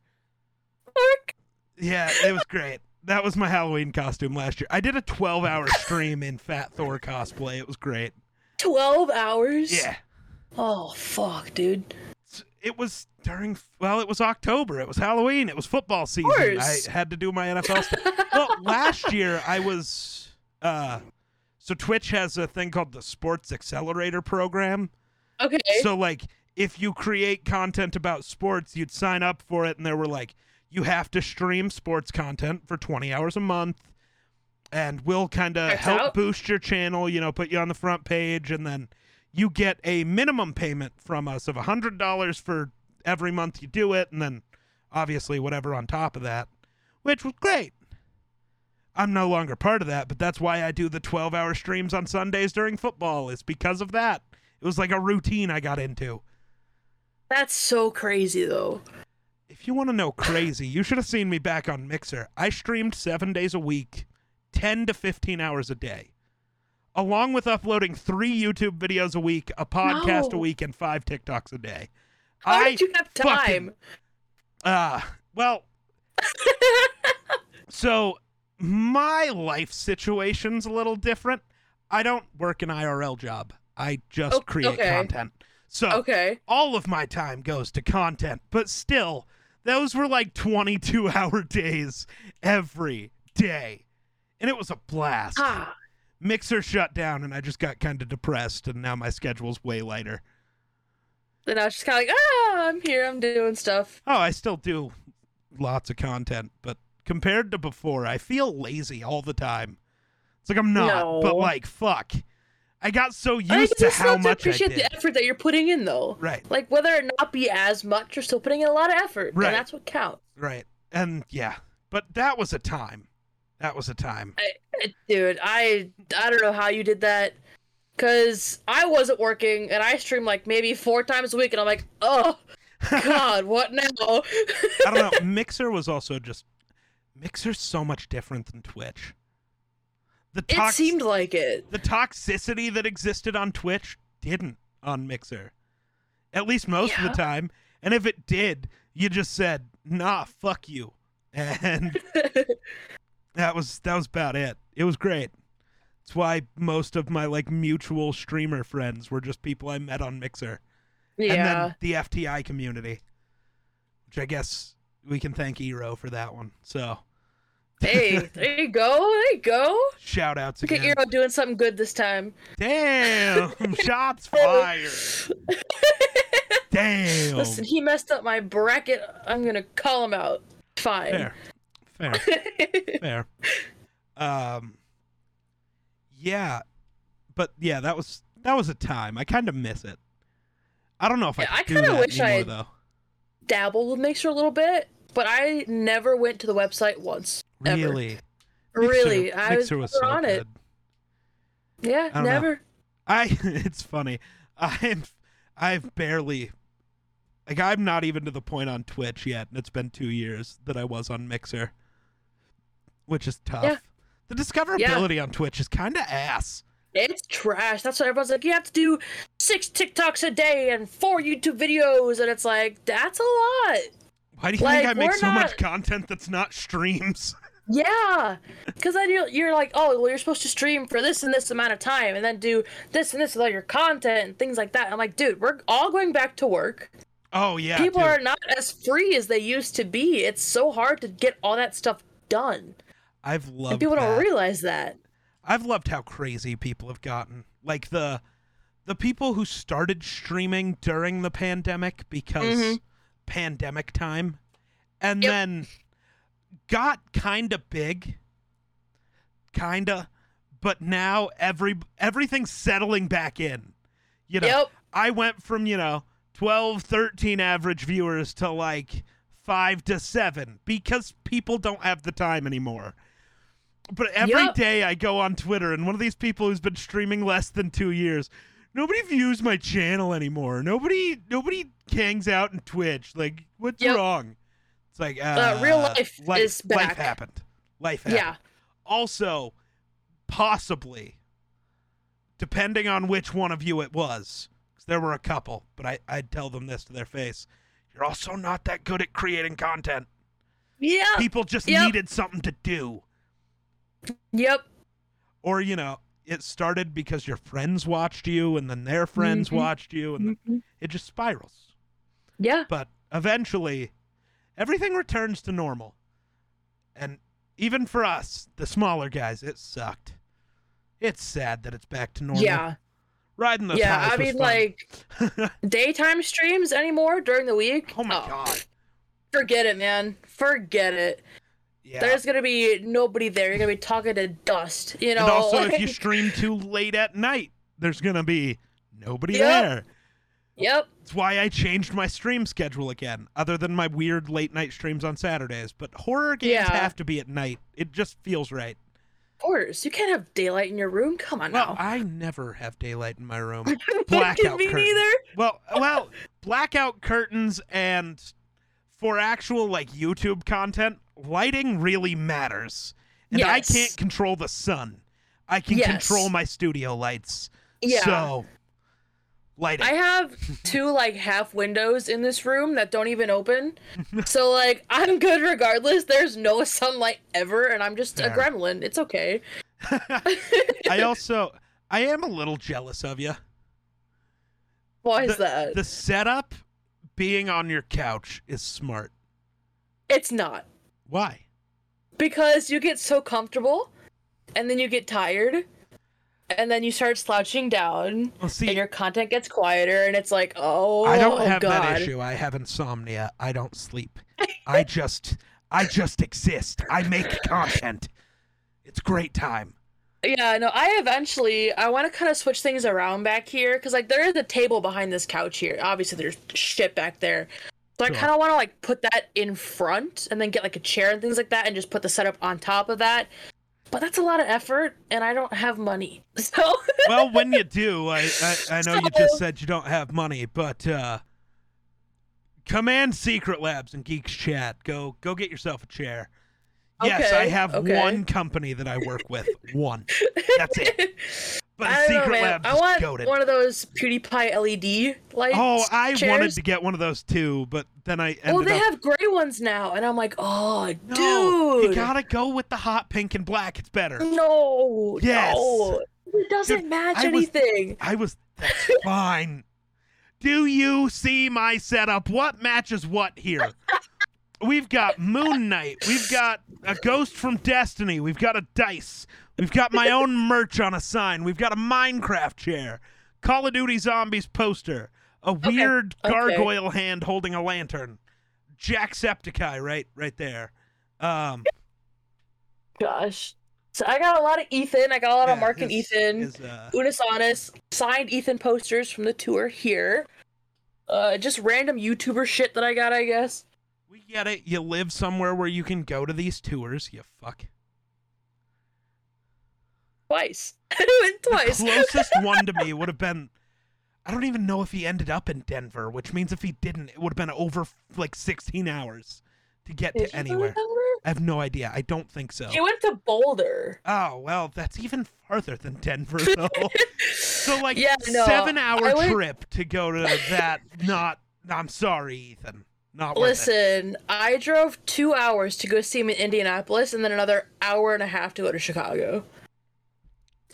Speaker 2: Fuck.
Speaker 1: Yeah, it was great. That was my Halloween costume last year. I did a 12 hour stream in Fat Thor cosplay. It was great.
Speaker 2: 12 hours?
Speaker 1: Yeah.
Speaker 2: Oh, fuck, dude.
Speaker 1: S- It was during, well, it was October. It was Halloween. It was football season.
Speaker 2: course.
Speaker 1: I had to do
Speaker 2: *laughs*
Speaker 1: my NFL stuff. well, last year I was, uh, so Twitch has a thing called the Sports Accelerator Program.
Speaker 2: Okay.
Speaker 1: So like if you create content about sports, you'd sign up for it and there were like you have to stream sports content for 20 hours a month and we'll kind of
Speaker 2: Checks
Speaker 1: help
Speaker 2: out.
Speaker 1: boost your channel, you know, put you on the front page and then you get a minimum payment from us of $100 for every month you do it and then obviously whatever on top of that, which was great. I'm no longer part of that, but that's why I do the 12 hour streams on Sundays during football, is because of that. It was like a routine I got into.
Speaker 2: That's so crazy, though.
Speaker 1: If you want to know crazy, you should have seen me back on Mixer. I streamed seven days a week, 10 to 15 hours a day, along with uploading three YouTube videos a week, a podcast a
Speaker 2: No.
Speaker 1: week, and five TikToks a day.
Speaker 2: How
Speaker 1: I
Speaker 2: did you have
Speaker 1: fucking-
Speaker 2: time?
Speaker 1: Uh,
Speaker 2: *laughs*
Speaker 1: well, so my life situation's a little different. I don't work an IRL job. I just
Speaker 2: Oh,
Speaker 1: create
Speaker 2: okay.
Speaker 1: content. So
Speaker 2: Okay.
Speaker 1: all of my time goes to content, but still, those were like 22 *laughs* hour days every day. And it was a blast.
Speaker 2: Ah,
Speaker 1: Mixer shut down, and I just got kind of depressed, and now my schedule's way lighter.
Speaker 2: then I was just kind of like, ah, I'm here, I'm doing stuff.
Speaker 1: Oh, I still do lots of content, but compared to before, I feel lazy all the time. It's like I'm not,
Speaker 2: No.
Speaker 1: but like, fuck. I got so used
Speaker 2: I think
Speaker 1: to
Speaker 2: it's
Speaker 1: how
Speaker 2: not to
Speaker 1: much I
Speaker 2: appreciate
Speaker 1: did.
Speaker 2: the effort that you're putting in, though.
Speaker 1: right.
Speaker 2: Like, whether it not be as much, you're still putting in a lot of effort.
Speaker 1: Right.
Speaker 2: And that's what counts.
Speaker 1: Right. And yeah, but that was a time. That was a time.
Speaker 2: Dude, I I don't know how you did that. Cause I wasn't working and I stream like maybe four times a week and I'm like,
Speaker 1: *laughs*
Speaker 2: oh god, what now?
Speaker 1: I don't know. Mixer was also just Mixer's so much different than Twitch. The
Speaker 2: It
Speaker 1: tox-
Speaker 2: seemed like it.
Speaker 1: the toxicity that existed on Twitch didn't on Mixer. At least most of
Speaker 2: Yeah.
Speaker 1: the time. And if it did, you just said, "Nah, fuck you."
Speaker 2: *laughs*
Speaker 1: And that was that was about it. It was great. That's why most of my like mutual streamer friends were just people I met on Mixer. *laughs*
Speaker 2: yeah.
Speaker 1: and then the FTI community, which I guess we can thank Eero for that one. So
Speaker 2: hey, there you go, there you go.
Speaker 1: shout outs
Speaker 2: Look at
Speaker 1: again.
Speaker 2: Eero doing something good this time. *laughs*
Speaker 1: Damn, shots fired. Damn.
Speaker 2: Listen, he messed up my bracket. I'm gonna call him out. Fine.
Speaker 1: fair, fair, fair. Um, yeah, but yeah, that was that was a time. I kind of miss it. I don't know if
Speaker 2: Yeah,
Speaker 1: I,
Speaker 2: I
Speaker 1: could do
Speaker 2: kinda
Speaker 1: that
Speaker 2: wish I
Speaker 1: anymore though.
Speaker 2: *laughs* Dabbled with Mixer a little bit, but I never went to the website once. ever.
Speaker 1: Really,
Speaker 2: Really,
Speaker 1: Mixer,
Speaker 2: I was,
Speaker 1: Mixer was
Speaker 2: never
Speaker 1: so
Speaker 2: on it.
Speaker 1: good.
Speaker 2: Yeah,
Speaker 1: I don't know.
Speaker 2: never.
Speaker 1: I *laughs* it's funny. I'm I've barely like I'm not even to the point on Twitch yet, and it's been two years that I was on Mixer. Which is tough.
Speaker 2: Yeah.
Speaker 1: The discoverability on Twitch is kinda ass.
Speaker 2: It's trash. That's why everyone's like, you have to do six TikToks a day and four YouTube videos, and it's like, that's a lot.
Speaker 1: Why do you
Speaker 2: Like,
Speaker 1: think I make
Speaker 2: we're
Speaker 1: so much
Speaker 2: not-
Speaker 1: content that's not streams? *laughs*
Speaker 2: Yeah, because then you're, you're like, oh, well, you're supposed to stream for this and this amount of time, and then do this and this with all your content and things like that. I'm like, dude, we're all going back to work.
Speaker 1: Oh yeah.
Speaker 2: People
Speaker 1: dude.
Speaker 2: are not as free as they used to be. It's so hard to get all that stuff done,
Speaker 1: I've
Speaker 2: and
Speaker 1: loved
Speaker 2: people
Speaker 1: that.
Speaker 2: don't realize that.
Speaker 1: I've loved how crazy people have gotten. Like the the people who started streaming during the pandemic because
Speaker 2: Mhm.
Speaker 1: pandemic time and
Speaker 2: Yep.
Speaker 1: then got kind of big kind of but now every everything's settling back in. You know,
Speaker 2: Yep.
Speaker 1: I went from, you know, 12, 13 average viewers to like 5 to 7 because people don't have the time anymore. But every day
Speaker 2: Yep.
Speaker 1: I go on Twitter and one of these people who's been streaming less than 2 years, nobody views my channel anymore. Nobody nobody hangs out in Twitch. Like what's
Speaker 2: Yep.
Speaker 1: wrong? It's like uh,
Speaker 2: real life
Speaker 1: life
Speaker 2: is
Speaker 1: Life
Speaker 2: back.
Speaker 1: happened. Life happened
Speaker 2: Yeah.
Speaker 1: also possibly depending on which one of you it was, 'cause there were a couple, but I, I'd tell them this to their face. You're also not that good at creating content.
Speaker 2: Yeah.
Speaker 1: People just
Speaker 2: Uh, Yep.
Speaker 1: needed something to do.
Speaker 2: Yep.
Speaker 1: Or, you know, it started because your friends watched you and then their friends
Speaker 2: Mhm.
Speaker 1: watched you and then it just spirals.
Speaker 2: Mm-hmm. Yeah.
Speaker 1: But eventually, everything returns to normal. And even for us, the smaller guys, it sucked. It's sad that it's back to normal.
Speaker 2: Yeah.
Speaker 1: Riding those
Speaker 2: Yeah.
Speaker 1: highs
Speaker 2: I
Speaker 1: was
Speaker 2: mean,
Speaker 1: fun.
Speaker 2: like
Speaker 1: *laughs*
Speaker 2: daytime streams anymore during the week.
Speaker 1: oh my god,
Speaker 2: Forget it, man. Forget it.
Speaker 1: yeah.
Speaker 2: There's gonna be nobody there. You're gonna be talking to dust. You know.
Speaker 1: and also,
Speaker 2: *laughs*
Speaker 1: if you
Speaker 2: like-
Speaker 1: stream too late at night, there's gonna be nobody
Speaker 2: Yep.
Speaker 1: there.
Speaker 2: Yep.
Speaker 1: It's why I changed my stream schedule again, other than my weird late night streams on Saturdays. But horror games
Speaker 2: Yeah.
Speaker 1: have to be at night. It just feels right.
Speaker 2: Of course. You can't have daylight in your room. Come on
Speaker 1: Well,
Speaker 2: *laughs* now.
Speaker 1: I never have daylight in my
Speaker 2: *laughs*
Speaker 1: room.
Speaker 2: Fucking
Speaker 1: blackout
Speaker 2: me
Speaker 1: curtains.
Speaker 2: neither.
Speaker 1: Well, well, blackout curtains and for actual like YouTube content, lighting really matters. And I
Speaker 2: Yes.
Speaker 1: can't control the sun. I can
Speaker 2: Yes.
Speaker 1: control my studio lights.
Speaker 2: Yeah.
Speaker 1: So lighting.
Speaker 2: I have two like half windows in this room that don't
Speaker 1: *laughs*
Speaker 2: even open. so like I'm good regardless. There's no sunlight ever and I'm just
Speaker 1: Fair.
Speaker 2: a gremlin. It's okay. *laughs*
Speaker 1: I also I am a little jealous of you.
Speaker 2: Why
Speaker 1: the,
Speaker 2: is that?
Speaker 1: The setup being on your couch is smart.
Speaker 2: it's not.
Speaker 1: Why?
Speaker 2: Because you get so comfortable and then you get tired and then you start slouching down
Speaker 1: Well, see,
Speaker 2: and your content gets quieter and it's like, "Oh,
Speaker 1: I don't have
Speaker 2: god.
Speaker 1: that issue. I have insomnia. I don't sleep. I just I just exist. I make content. It's great time.
Speaker 2: Yeah, no, I eventually I want to kind of switch things around back here cuz like there is a table behind this couch here. Obviously there's shit back there. So
Speaker 1: Sure.
Speaker 2: I kind of want to like put that in front and then get like a chair and things like that and just put the setup on top of that. But that's a lot of effort and I don't have money. *laughs* So
Speaker 1: Well, when you do, I I, I know you just said you don't have money, but uh Command Secret Labs and Geeks Chat. Go go get yourself a chair. Yes, I
Speaker 2: Okay,
Speaker 1: have
Speaker 2: okay.
Speaker 1: one company that I work with. One. That's it.
Speaker 2: *laughs*
Speaker 1: But
Speaker 2: I don't
Speaker 1: Secret
Speaker 2: know, man.
Speaker 1: Labs
Speaker 2: I
Speaker 1: is
Speaker 2: want
Speaker 1: goaded.
Speaker 2: one of those PewDiePie LED lights.
Speaker 1: Oh, I wanted
Speaker 2: chairs.
Speaker 1: to get one of those too, but then I ended
Speaker 2: Well, they
Speaker 1: up
Speaker 2: have gray ones now, and I'm like, oh,
Speaker 1: No,
Speaker 2: dude.
Speaker 1: you gotta go with the hot pink and black. It's better.
Speaker 2: No.
Speaker 1: Yes.
Speaker 2: No. It doesn't
Speaker 1: Dude,
Speaker 2: match
Speaker 1: I was-
Speaker 2: anything.
Speaker 1: I was that's *laughs* fine. Do you see my setup? What matches what here? We've got Moon Knight. We've got a ghost from Destiny. We've got a dice. We've got my own merch on a sign. We've got a Minecraft chair. Call of Duty Zombies poster. A weird
Speaker 2: okay.
Speaker 1: gargoyle hand holding a lantern. Jacksepticeye right right there. Um
Speaker 2: Gosh. So I got a lot of Ethan. I got a lot of
Speaker 1: yeah,
Speaker 2: Mark and
Speaker 1: his-
Speaker 2: Ethan.
Speaker 1: his, uh,
Speaker 2: Unisonus signed Ethan posters from the tour here. Uh, just random YouTuber shit that I got, I guess.
Speaker 1: We get it. You live somewhere where you can go to these tours, you fuck.
Speaker 2: Twice. *laughs* I went twice.
Speaker 1: The closest one to me would have been I don't even know if he ended up in Denver, which means if he didn't, it would have been over like 16 hours to get
Speaker 2: Did
Speaker 1: to
Speaker 2: you go to
Speaker 1: anywhere.
Speaker 2: Denver?
Speaker 1: I have no idea. I don't think so.
Speaker 2: He went to Boulder.
Speaker 1: Oh, well, that's even farther than
Speaker 2: *laughs*
Speaker 1: Denver though. so like
Speaker 2: Yeah, no,
Speaker 1: 7 hour
Speaker 2: I went-
Speaker 1: trip to go to that not I'm sorry, Ethan. Not worth it.
Speaker 2: Listen, I drove two hours to go see him in Indianapolis and then another hour and a half to go to Chicago.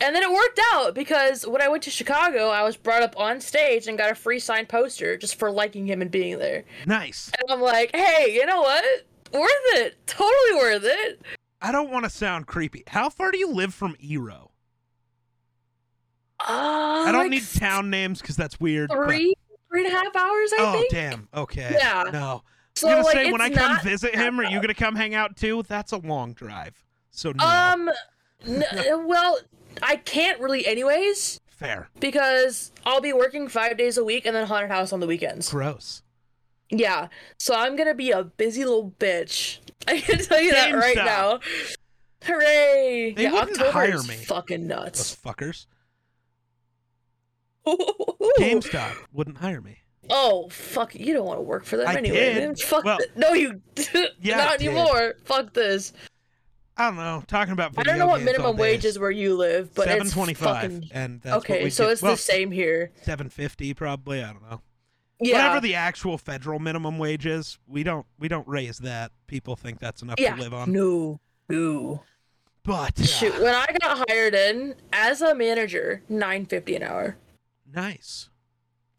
Speaker 2: And then it worked out because when I went to Chicago, I was brought up on stage and got a free signed poster just for liking him and being there.
Speaker 1: Nice.
Speaker 2: And I'm like, hey, you know what? Worth it. Totally worth it.
Speaker 1: I don't want to sound creepy. How far do you live from Ero?
Speaker 2: Uh,
Speaker 1: I don't need town names because that's weird. but-
Speaker 2: three, three and a half hours, I
Speaker 1: oh
Speaker 2: think.
Speaker 1: damn. Okay.
Speaker 2: Yeah.
Speaker 1: No.
Speaker 2: So
Speaker 1: I'm gonna
Speaker 2: like,
Speaker 1: say when I
Speaker 2: it's
Speaker 1: come
Speaker 2: not
Speaker 1: visit
Speaker 2: that
Speaker 1: him, are you gonna come hang out too? That's a long drive. So no.
Speaker 2: Um, n- *laughs* well, I can't really, anyways.
Speaker 1: Fair.
Speaker 2: because I'll be working five days a week and then haunted house on the weekends.
Speaker 1: Gross.
Speaker 2: Yeah, so I'm gonna be a busy little bitch. *laughs* I can tell you that right
Speaker 1: GameStop.
Speaker 2: now. Hooray!
Speaker 1: They
Speaker 2: yeah,
Speaker 1: wouldn't
Speaker 2: October
Speaker 1: hire
Speaker 2: is
Speaker 1: me.
Speaker 2: fucking
Speaker 1: Those
Speaker 2: nuts.
Speaker 1: fuckers.
Speaker 2: *laughs*
Speaker 1: GameStop wouldn't hire me.
Speaker 2: Oh fuck! You don't want to work for them
Speaker 1: I
Speaker 2: anyway.
Speaker 1: did.
Speaker 2: *laughs* Man. Fuck.
Speaker 1: Well-
Speaker 2: th- no, you.
Speaker 1: Yeah, I
Speaker 2: not
Speaker 1: did.
Speaker 2: anymore. Fuck this.
Speaker 1: I don't know. Talking about video
Speaker 2: I don't know what
Speaker 1: games all
Speaker 2: minimum
Speaker 1: day
Speaker 2: wage
Speaker 1: is
Speaker 2: is where you live, but it's
Speaker 1: 725,
Speaker 2: fucking
Speaker 1: and that's what
Speaker 2: okay.
Speaker 1: we
Speaker 2: So
Speaker 1: get-
Speaker 2: it's
Speaker 1: well,
Speaker 2: the same here.
Speaker 1: 750 probably. I don't know.
Speaker 2: Yeah.
Speaker 1: Whatever the actual federal minimum wage is, we don't we don't raise that. People think that's enough
Speaker 2: yeah.
Speaker 1: to live on.
Speaker 2: No. No.
Speaker 1: But uh,
Speaker 2: Shoot. When I got hired in as a manager, nine fifty an hour,
Speaker 1: nice.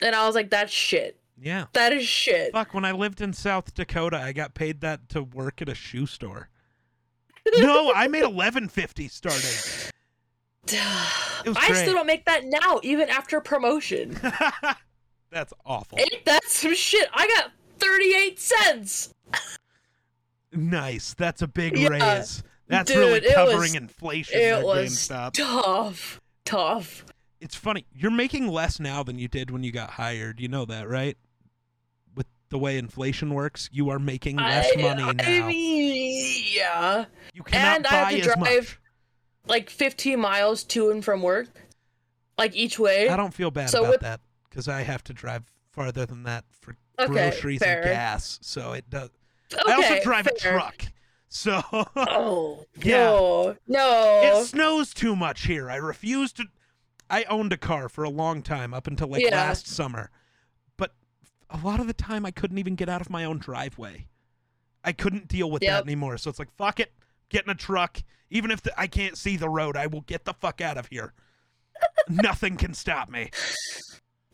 Speaker 2: and I was like, "That's shit.
Speaker 1: Yeah.
Speaker 2: That is shit." *sighs*
Speaker 1: Fuck, when I lived in South Dakota, I got paid that to work at a shoe
Speaker 2: *laughs*
Speaker 1: store. no, I made 1150 starting. *laughs* It was
Speaker 2: I
Speaker 1: great.
Speaker 2: still don't make that now, even after promotion.
Speaker 1: That's awful.
Speaker 2: Ain't that some shit? I got thirty-eight cents.
Speaker 1: Nice. That's a big
Speaker 2: Yeah.
Speaker 1: raise. That's
Speaker 2: Dude,
Speaker 1: really
Speaker 2: it
Speaker 1: covering
Speaker 2: was-
Speaker 1: inflation there,
Speaker 2: It was
Speaker 1: GameStop.
Speaker 2: tough. Tough.
Speaker 1: it's funny. You're making less now than you did when you got hired. You know that, right? With the way inflation works, you are making less
Speaker 2: I-
Speaker 1: money
Speaker 2: I
Speaker 1: now.
Speaker 2: mean, yeah.
Speaker 1: you cannot
Speaker 2: and I
Speaker 1: buy
Speaker 2: have to
Speaker 1: as
Speaker 2: drive Like 15 miles to and from work, like each way.
Speaker 1: much. I don't feel bad
Speaker 2: So
Speaker 1: about
Speaker 2: with-
Speaker 1: that because I have to drive farther than that for
Speaker 2: Okay,
Speaker 1: groceries
Speaker 2: fair.
Speaker 1: and gas. So it does.
Speaker 2: okay,
Speaker 1: I also drive
Speaker 2: fair.
Speaker 1: a truck. So *laughs*
Speaker 2: Oh,
Speaker 1: Yeah.
Speaker 2: no. No.
Speaker 1: it snows too much here. I refuse to. I owned a car for a long time up until like
Speaker 2: Yeah.
Speaker 1: last summer, but a lot of the time I couldn't even get out of my own driveway. I couldn't deal with
Speaker 2: Yep.
Speaker 1: that anymore. So it's like fuck it, get in a truck. Even if the, I can't see the road, I will get the fuck out of here. Nothing can stop me.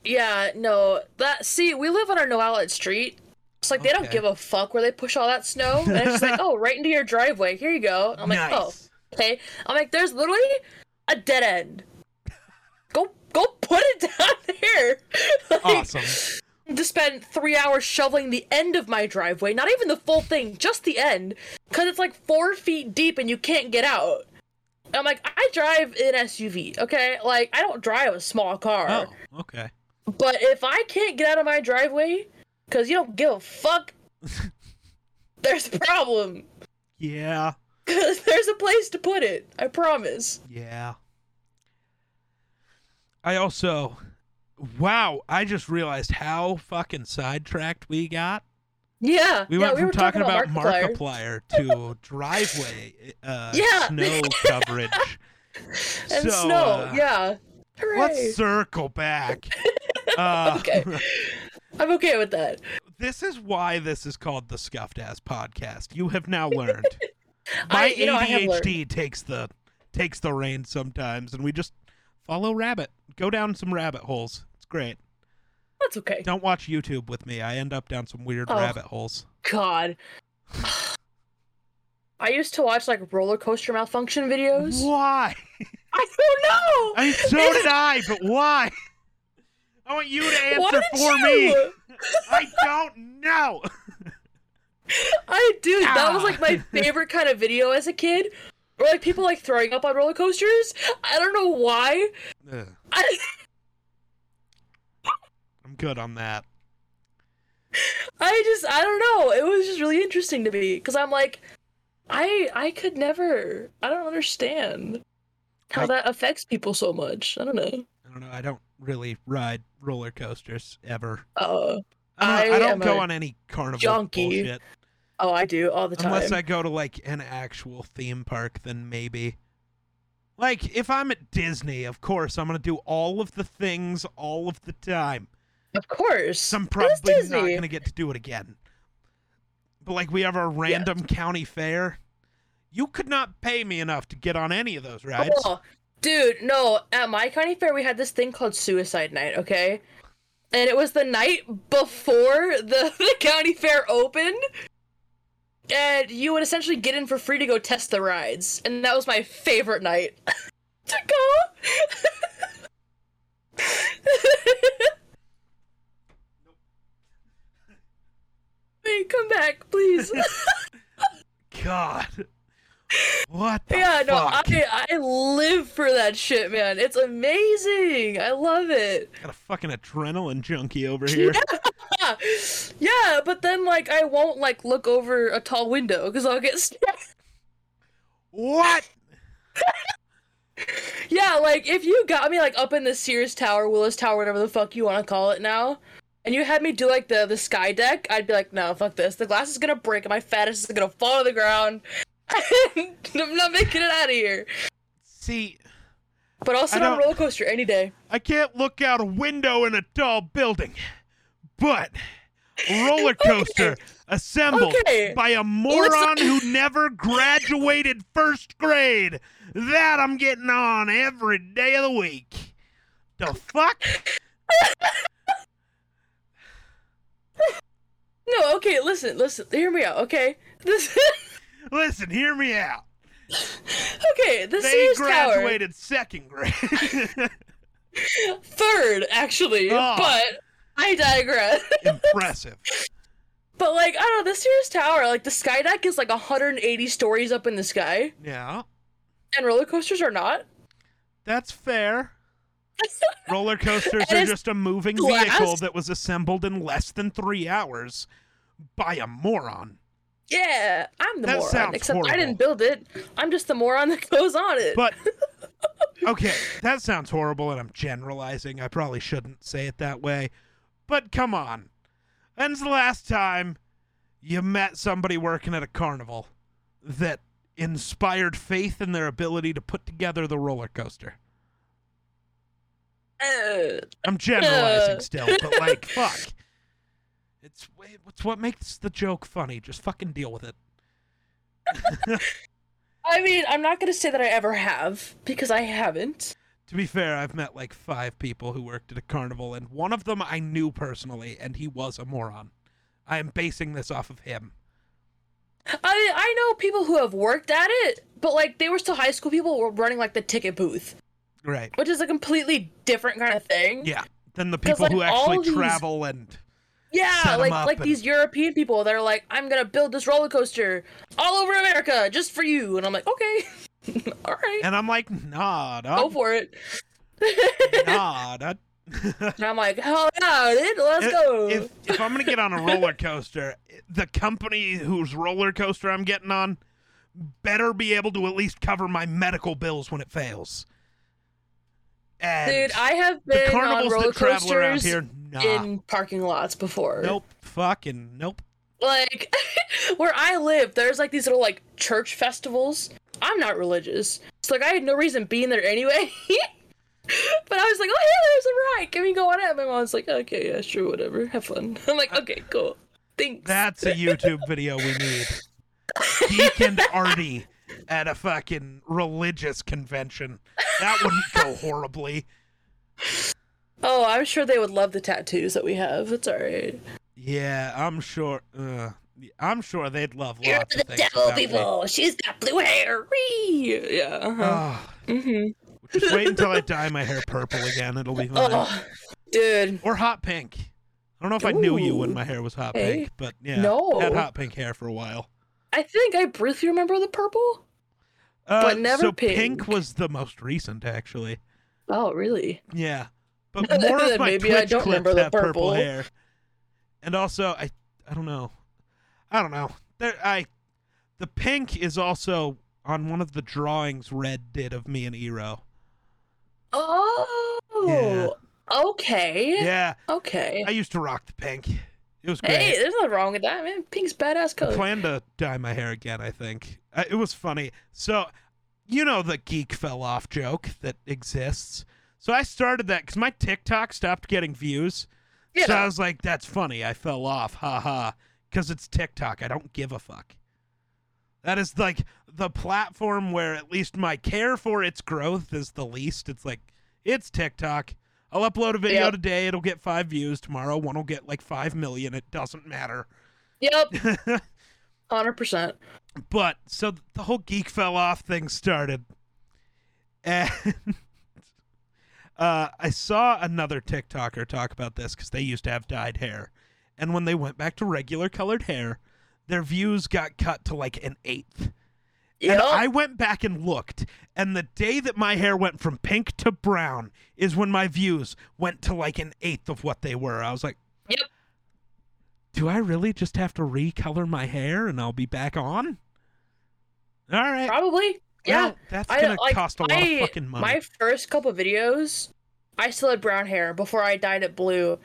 Speaker 2: Yeah, no. That see, we live on a no outlet street. It's like they don't
Speaker 1: Okay.
Speaker 2: give a fuck where they push all that snow. And it's
Speaker 1: *laughs*
Speaker 2: just like, oh, right into your driveway. Here you go. I'm like,
Speaker 1: nice.
Speaker 2: *laughs* *laughs* oh, okay. I'm like, there's literally a dead end. Go, go, put it *laughs* down there. Like,
Speaker 1: Awesome.
Speaker 2: To spend three hours shoveling the end of my driveway, not even the full thing, just the end, because it's like four feet deep and you can't get out. I'm like, I drive an SUV, okay? Like, I don't drive a small car.
Speaker 1: Oh, okay.
Speaker 2: But if I can't get out of my driveway, because you don't give a fuck, there's a problem.
Speaker 1: Yeah,
Speaker 2: Because there's a place to put it. I promise.
Speaker 1: yeah. I also, wow, I just realized how fucking sidetracked we got.
Speaker 2: Yeah.
Speaker 1: We
Speaker 2: yeah,
Speaker 1: went
Speaker 2: we
Speaker 1: from
Speaker 2: were
Speaker 1: talking, about
Speaker 2: Markiplier.
Speaker 1: Markiplier, to
Speaker 2: *laughs*
Speaker 1: driveway uh,
Speaker 2: Yeah.
Speaker 1: snow coverage.
Speaker 2: *laughs*
Speaker 1: so,
Speaker 2: And snow.
Speaker 1: uh,
Speaker 2: yeah. Hooray.
Speaker 1: Let's circle
Speaker 2: *laughs*
Speaker 1: back. Uh,
Speaker 2: Okay. I'm okay with that.
Speaker 1: This is why this is called the Scuffed Ass Podcast. You have
Speaker 2: *laughs*
Speaker 1: now learned. My
Speaker 2: I- you know, I have learned.
Speaker 1: ADHD takes the takes the reins sometimes, and we just follow rabbit, go down some rabbit holes. It's great.
Speaker 2: That's okay.
Speaker 1: Don't watch YouTube with me. I end up down some weird
Speaker 2: Oh.
Speaker 1: rabbit holes.
Speaker 2: God. *sighs* I used to watch like roller coaster malfunction videos.
Speaker 1: Why?
Speaker 2: I don't know.
Speaker 1: I mean, so
Speaker 2: *laughs*
Speaker 1: did I, but why? I want you to
Speaker 2: Why
Speaker 1: answer
Speaker 2: did
Speaker 1: for
Speaker 2: you?
Speaker 1: me. I don't know.
Speaker 2: I do. That was
Speaker 1: Ah.
Speaker 2: like *laughs* my favorite kind of video as a kid. Or like people like throwing up on roller coasters. I don't know why.
Speaker 1: Ugh,
Speaker 2: I,
Speaker 1: I'm good on that.
Speaker 2: I just I don't know. It was just really interesting to me because I'm like, I I could never. I don't understand how
Speaker 1: I-
Speaker 2: that affects people so much. I don't know.
Speaker 1: I don't know. I don't really ride roller coasters ever.
Speaker 2: Uh,
Speaker 1: I don't,
Speaker 2: I
Speaker 1: don't
Speaker 2: am
Speaker 1: go
Speaker 2: a
Speaker 1: on any carnival
Speaker 2: junkie
Speaker 1: bullshit.
Speaker 2: oh, I do all the time.
Speaker 1: Unless I go to like an actual theme park, then maybe. Like if I'm at Disney, of course I'm gonna do all of the things all of the time.
Speaker 2: of course.
Speaker 1: I'm
Speaker 2: It is
Speaker 1: probably not
Speaker 2: Disney.
Speaker 1: going to get to do it again. But like we have our random county fair. You could not pay me enough to get on any of those rides.
Speaker 2: Oh, dude, no. At my county fair, we had this thing called Suicide Night, okay? And it was the night before the, *laughs* the county fair opened. And you would essentially get in for free to go test the rides. And that was my favorite night *laughs* to go. Hey, come back, please.
Speaker 1: God. What the
Speaker 2: *laughs* yeah, no,
Speaker 1: fuck?
Speaker 2: I I live for that shit, man. It's amazing. I love it.
Speaker 1: Got a fucking adrenaline junkie over here.
Speaker 2: Yeah, yeah but then like I won't like look over a tall window because I'll get stabbed.
Speaker 1: What?
Speaker 2: *laughs* Yeah, like if you got me like up in the Sears Tower, Willis Tower, whatever the fuck you want to call it now, and you had me do like the the sky deck, I'd be like, no, fuck this. The glass is gonna break, and my fat ass is gonna fall to the ground. *laughs* I'm not making it out of here.
Speaker 1: See,
Speaker 2: But I'll sit
Speaker 1: I
Speaker 2: on a
Speaker 1: don't-
Speaker 2: roller coaster any day.
Speaker 1: I can't look out a window in a tall building, but a
Speaker 2: *laughs*
Speaker 1: roller coaster assembled
Speaker 2: Okay.
Speaker 1: by a moron
Speaker 2: *laughs*
Speaker 1: who never graduated first grade. That I'm getting on every day of the week. The fuck?
Speaker 2: No, okay, listen, listen, hear me out, okay? *laughs* This
Speaker 1: Listen, hear me out.
Speaker 2: okay, the
Speaker 1: they
Speaker 2: Sears Tower.
Speaker 1: graduated second grade. *laughs*
Speaker 2: Third, actually.
Speaker 1: Oh.
Speaker 2: But I digress. *laughs*
Speaker 1: Impressive.
Speaker 2: but like, I don't know, the Sears Tower, like the sky deck is like 180 stories up in the sky.
Speaker 1: Yeah,
Speaker 2: And roller coasters are not.
Speaker 1: that's fair. Roller coasters
Speaker 2: And
Speaker 1: are
Speaker 2: it's
Speaker 1: just a moving
Speaker 2: glass.
Speaker 1: vehicle that was assembled in less than three hours by a moron.
Speaker 2: yeah, I'm the
Speaker 1: That
Speaker 2: moron.
Speaker 1: sounds
Speaker 2: Except I
Speaker 1: horrible.
Speaker 2: didn't build it. I'm just the moron that *laughs* goes on it.
Speaker 1: But okay, that sounds horrible, and I'm generalizing. I probably shouldn't say it that way. But come on, when's the last time you met somebody working at a carnival that inspired faith in their ability to put together the roller coaster?
Speaker 2: Uh,
Speaker 1: I'm generalizing still, but
Speaker 2: *laughs*
Speaker 1: like, fuck. It's it's what makes the joke funny. Just fucking deal with it.
Speaker 2: I mean, I'm not gonna say that I ever have, because I haven't.
Speaker 1: To be fair, I've met like five people who worked at a carnival, and one of them I knew personally, and he was a moron. I am basing this off of him.
Speaker 2: I mean, I know people who have worked at it, but like they were still high school people were running like the ticket booth,
Speaker 1: Right.
Speaker 2: which is a completely different kind of thing.
Speaker 1: Yeah. Than the
Speaker 2: 'Cause,
Speaker 1: people who
Speaker 2: like, all
Speaker 1: actually
Speaker 2: these-
Speaker 1: travel and
Speaker 2: Yeah,
Speaker 1: Set 'em
Speaker 2: like
Speaker 1: up
Speaker 2: like
Speaker 1: and-
Speaker 2: these European people that are like, I'm gonna build this roller coaster all over America just for you, and I'm like, okay, *laughs* all right,
Speaker 1: and I'm like, nah,
Speaker 2: go
Speaker 1: dog,
Speaker 2: *laughs* for it.
Speaker 1: nah, dog.
Speaker 2: And I'm like, hell yeah, dude, let's
Speaker 1: If-
Speaker 2: go.
Speaker 1: If, if I'm gonna get on a roller coaster, the company whose roller coaster I'm getting on better be able to at least cover my medical bills when it fails. And
Speaker 2: dude, I have
Speaker 1: the
Speaker 2: been on
Speaker 1: carnivals
Speaker 2: roller
Speaker 1: that travel around
Speaker 2: coasters
Speaker 1: here, nah,
Speaker 2: in parking lots before.
Speaker 1: nope, fucking nope.
Speaker 2: like *laughs* where I live, there's like these little like church festivals. I'm not religious, so like I had no reason being there anyway. *laughs* but I was like, oh yeah, there's a ride. Can we go on it? My mom's like, okay, yeah, sure, whatever. Have fun. *laughs* I'm like, okay, cool. Thanks.
Speaker 1: That's
Speaker 2: *laughs*
Speaker 1: a YouTube video we need. Geek and Artie at a fucking religious convention. That wouldn't go horribly.
Speaker 2: oh, I'm sure they would love the tattoos that we have. It's alright.
Speaker 1: Yeah, I'm sure. Uh, I'm sure they'd love
Speaker 2: You're
Speaker 1: lots
Speaker 2: the
Speaker 1: of things
Speaker 2: devil,
Speaker 1: about me.
Speaker 2: people. She's got blue hair. Whee! Yeah. Uh-huh.
Speaker 1: Ah,
Speaker 2: Mhm.
Speaker 1: just wait until I dye my hair purple again. It'll
Speaker 2: *laughs*
Speaker 1: be fine.
Speaker 2: Oh, dude.
Speaker 1: Or hot pink. I don't know if I knew you when
Speaker 2: Ooh.
Speaker 1: my hair was hot
Speaker 2: Hey.
Speaker 1: pink, but yeah,
Speaker 2: No.
Speaker 1: had hot pink hair for a while.
Speaker 2: I think I briefly remember the purple.
Speaker 1: Uh,
Speaker 2: But never
Speaker 1: so
Speaker 2: pink.
Speaker 1: was the most recent, actually.
Speaker 2: Oh, really?
Speaker 1: Yeah,
Speaker 2: *laughs*
Speaker 1: but more of
Speaker 2: Then
Speaker 1: my
Speaker 2: maybe I
Speaker 1: Twitch
Speaker 2: don't
Speaker 1: clips
Speaker 2: remember the
Speaker 1: have purple
Speaker 2: purple.
Speaker 1: hair. And also, I I don't know, I don't know. There, I the pink is also on one of the drawings Red did of me and Ero.
Speaker 2: Oh. Okay.
Speaker 1: Yeah,
Speaker 2: Okay.
Speaker 1: I used to rock the pink. It was great.
Speaker 2: Hey, there's nothing wrong with that, man. Pink's badass
Speaker 1: I
Speaker 2: color.
Speaker 1: plan to dye my hair again. I think I, it was funny. So, you know the geek fell off joke that exists. So I started that because my TikTok stopped getting views. So I
Speaker 2: Yeah.
Speaker 1: was like, "That's funny. I fell off. Ha ha." Because it's TikTok. I don't give a fuck. That is like the platform where at least my care for its growth is the least. It's like it's TikTok. I'll upload a video
Speaker 2: Yep.
Speaker 1: today. It'll get five views tomorrow. One will get like five million. It doesn't matter. *laughs*
Speaker 2: Yep. Hundred percent.
Speaker 1: But so th- the whole geek fell off thing started, and *laughs* uh, I saw another TikToker talk about this because they used to have dyed hair, and when they went back to regular colored hair, their views got cut to like an eighth.
Speaker 2: Yep.
Speaker 1: And I went back and looked, and the day that my hair went from pink to brown is when my views went to like an eighth of what they were. I was like,
Speaker 2: Yep.
Speaker 1: Do I really just have to recolor my hair and I'll be back on? All right.
Speaker 2: Probably. Yeah.
Speaker 1: Well, that's
Speaker 2: I
Speaker 1: gonna
Speaker 2: like,
Speaker 1: cost a lot
Speaker 2: I-
Speaker 1: of fucking money.
Speaker 2: My first couple videos, I still had brown hair before I dyed it blue,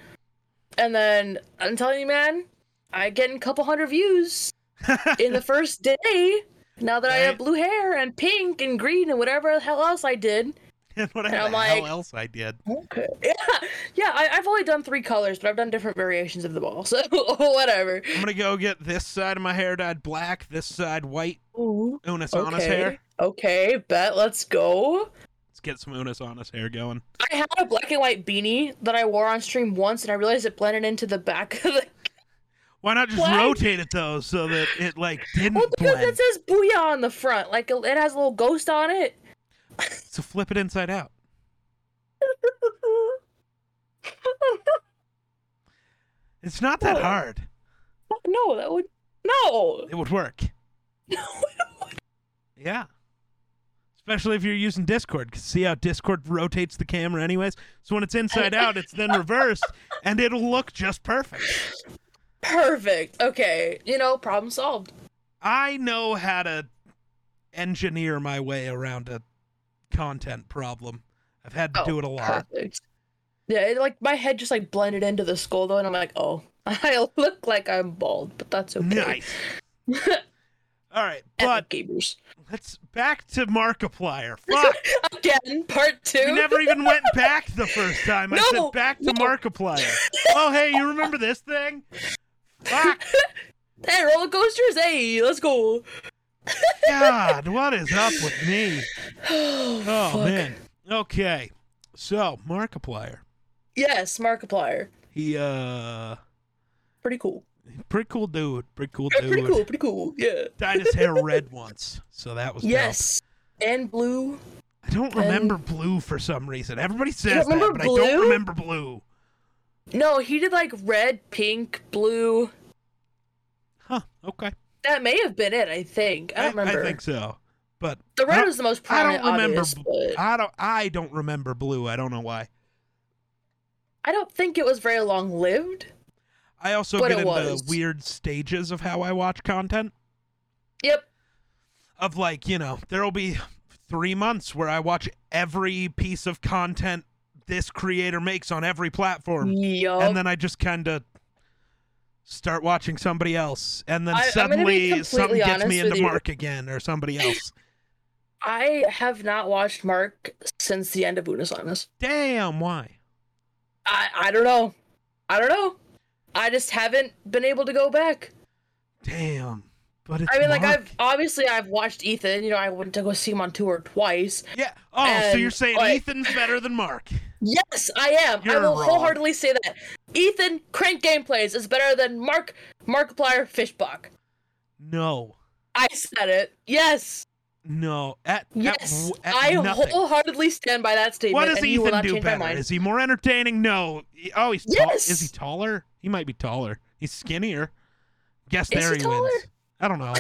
Speaker 2: and then
Speaker 1: *laughs*
Speaker 2: I'm telling you, man, I getting a couple hundred views in the first day. Now that I
Speaker 1: Right.
Speaker 2: have blue hair and pink and green and whatever the hell else I did.
Speaker 1: *laughs* and whatever
Speaker 2: I'm
Speaker 1: the
Speaker 2: like-
Speaker 1: hell else I did.
Speaker 2: Okay. *laughs* Yeah, yeah. I, I've only done three colors, but I've done different variations of the ball. *laughs* So whatever.
Speaker 1: I'm gonna go get this side of my hair dyed black, this side white.
Speaker 2: Ooh.
Speaker 1: Unis Honest
Speaker 2: Okay.
Speaker 1: hair.
Speaker 2: Okay. Bet. Let's go.
Speaker 1: Let's get some Unis Honest hair going.
Speaker 2: I had a black and white beanie that I wore on stream once, and I realized it blended into the back of the.
Speaker 1: Why not just
Speaker 2: What?
Speaker 1: rotate it though, so that it like didn't
Speaker 2: Well, because
Speaker 1: Hmm, blend?
Speaker 2: it says "booyah" on the front, like it it has a little ghost on *laughs* it.
Speaker 1: So flip it inside out. It's not that
Speaker 2: Well-
Speaker 1: hard.
Speaker 2: no, that would no.
Speaker 1: It would
Speaker 2: *laughs*
Speaker 1: work. Yeah. Especially if you're using Discord, 'cause see how Discord rotates the camera, anyways. So when it's inside out, it's then reversed, and it'll look just perfect.
Speaker 2: Perfect. Okay, you know, problem solved.
Speaker 1: I know how to engineer my way around a content problem. I've had to
Speaker 2: Oh,
Speaker 1: do it a lot.
Speaker 2: Perfect. Yeah, it, like my head just like blended into the skull though, and I'm like, oh, *laughs* I look like I'm bald, but that's okay.
Speaker 1: Nice.
Speaker 2: *laughs*
Speaker 1: All right,
Speaker 2: Epic
Speaker 1: but
Speaker 2: gamers
Speaker 1: let's back to
Speaker 2: *laughs*
Speaker 1: Markiplier. Fuck.
Speaker 2: again, part two.
Speaker 1: We never even went back the first time. I
Speaker 2: No,
Speaker 1: said back to
Speaker 2: no.
Speaker 1: Markiplier. oh, hey, you remember this thing? Fuck.
Speaker 2: Hey, roller coasters, hey, let's go. *sighs*
Speaker 1: God, what is up with me?
Speaker 2: Oh,
Speaker 1: Oh,
Speaker 2: fuck.
Speaker 1: man. Okay. So, Markiplier.
Speaker 2: Yes, Markiplier.
Speaker 1: He, uh,
Speaker 2: Pretty cool.
Speaker 1: pretty cool dude. Pretty cool
Speaker 2: Yeah,
Speaker 1: dude.
Speaker 2: pretty cool. Pretty cool. Yeah.
Speaker 1: Dyed his hair red once, so that was dope.
Speaker 2: Yes. And blue.
Speaker 1: I don't remember blue for some reason. Everybody says that,
Speaker 2: remember
Speaker 1: but I don't
Speaker 2: blue?
Speaker 1: remember blue.
Speaker 2: No, he did like red, pink, blue.
Speaker 1: Huh? Okay.
Speaker 2: That may have been it. I think. I don't remember.
Speaker 1: think so, but
Speaker 2: The red
Speaker 1: I-
Speaker 2: was the most
Speaker 1: I
Speaker 2: prominent.
Speaker 1: don't remember.
Speaker 2: obvious,
Speaker 1: bl-
Speaker 2: but-
Speaker 1: I don't. I don't remember blue. I don't know why.
Speaker 2: I don't think it was very long lived.
Speaker 1: I also
Speaker 2: But
Speaker 1: get
Speaker 2: it
Speaker 1: into
Speaker 2: was.
Speaker 1: weird stages of how I watch content.
Speaker 2: Yep.
Speaker 1: Of like, you know, there'll be three months where I watch every piece of content this creator makes on every platform,
Speaker 2: Yup.
Speaker 1: and then I just kind of start watching somebody else, and then
Speaker 2: I- I'm gonna
Speaker 1: suddenly
Speaker 2: be
Speaker 1: something
Speaker 2: completely
Speaker 1: gets me
Speaker 2: honest
Speaker 1: into
Speaker 2: with you.
Speaker 1: Mark again or somebody else.
Speaker 2: I have not watched Mark since the end of Unisonus.
Speaker 1: Damn, why?
Speaker 2: I I don't know. I don't know. I just haven't been able to go back.
Speaker 1: Damn. But it's
Speaker 2: I mean, like
Speaker 1: Mark.
Speaker 2: I've obviously I've watched Ethan. You know, I went to go see him on tour twice.
Speaker 1: Yeah. Oh, so
Speaker 2: And,
Speaker 1: you're saying
Speaker 2: like-
Speaker 1: Ethan's better than Mark?
Speaker 2: Yes, I am.
Speaker 1: You're
Speaker 2: I will
Speaker 1: wrong.
Speaker 2: wholeheartedly say that. Ethan Crank Gameplays is better than Mark Markiplier Fishbach.
Speaker 1: No.
Speaker 2: I said it. Yes,
Speaker 1: No. At at
Speaker 2: yes.
Speaker 1: w- at
Speaker 2: I
Speaker 1: nothing.
Speaker 2: wholeheartedly stand by that statement.
Speaker 1: What does
Speaker 2: and you will
Speaker 1: Ethan
Speaker 2: not
Speaker 1: do
Speaker 2: change my
Speaker 1: better?
Speaker 2: mind.
Speaker 1: Is he more entertaining? No. He- Oh, he's tall. Is
Speaker 2: Yes.
Speaker 1: he taller? He might be taller. He's skinnier. Guess
Speaker 2: Is
Speaker 1: there
Speaker 2: he
Speaker 1: he
Speaker 2: taller?
Speaker 1: wins. I don't
Speaker 2: *laughs*
Speaker 1: know.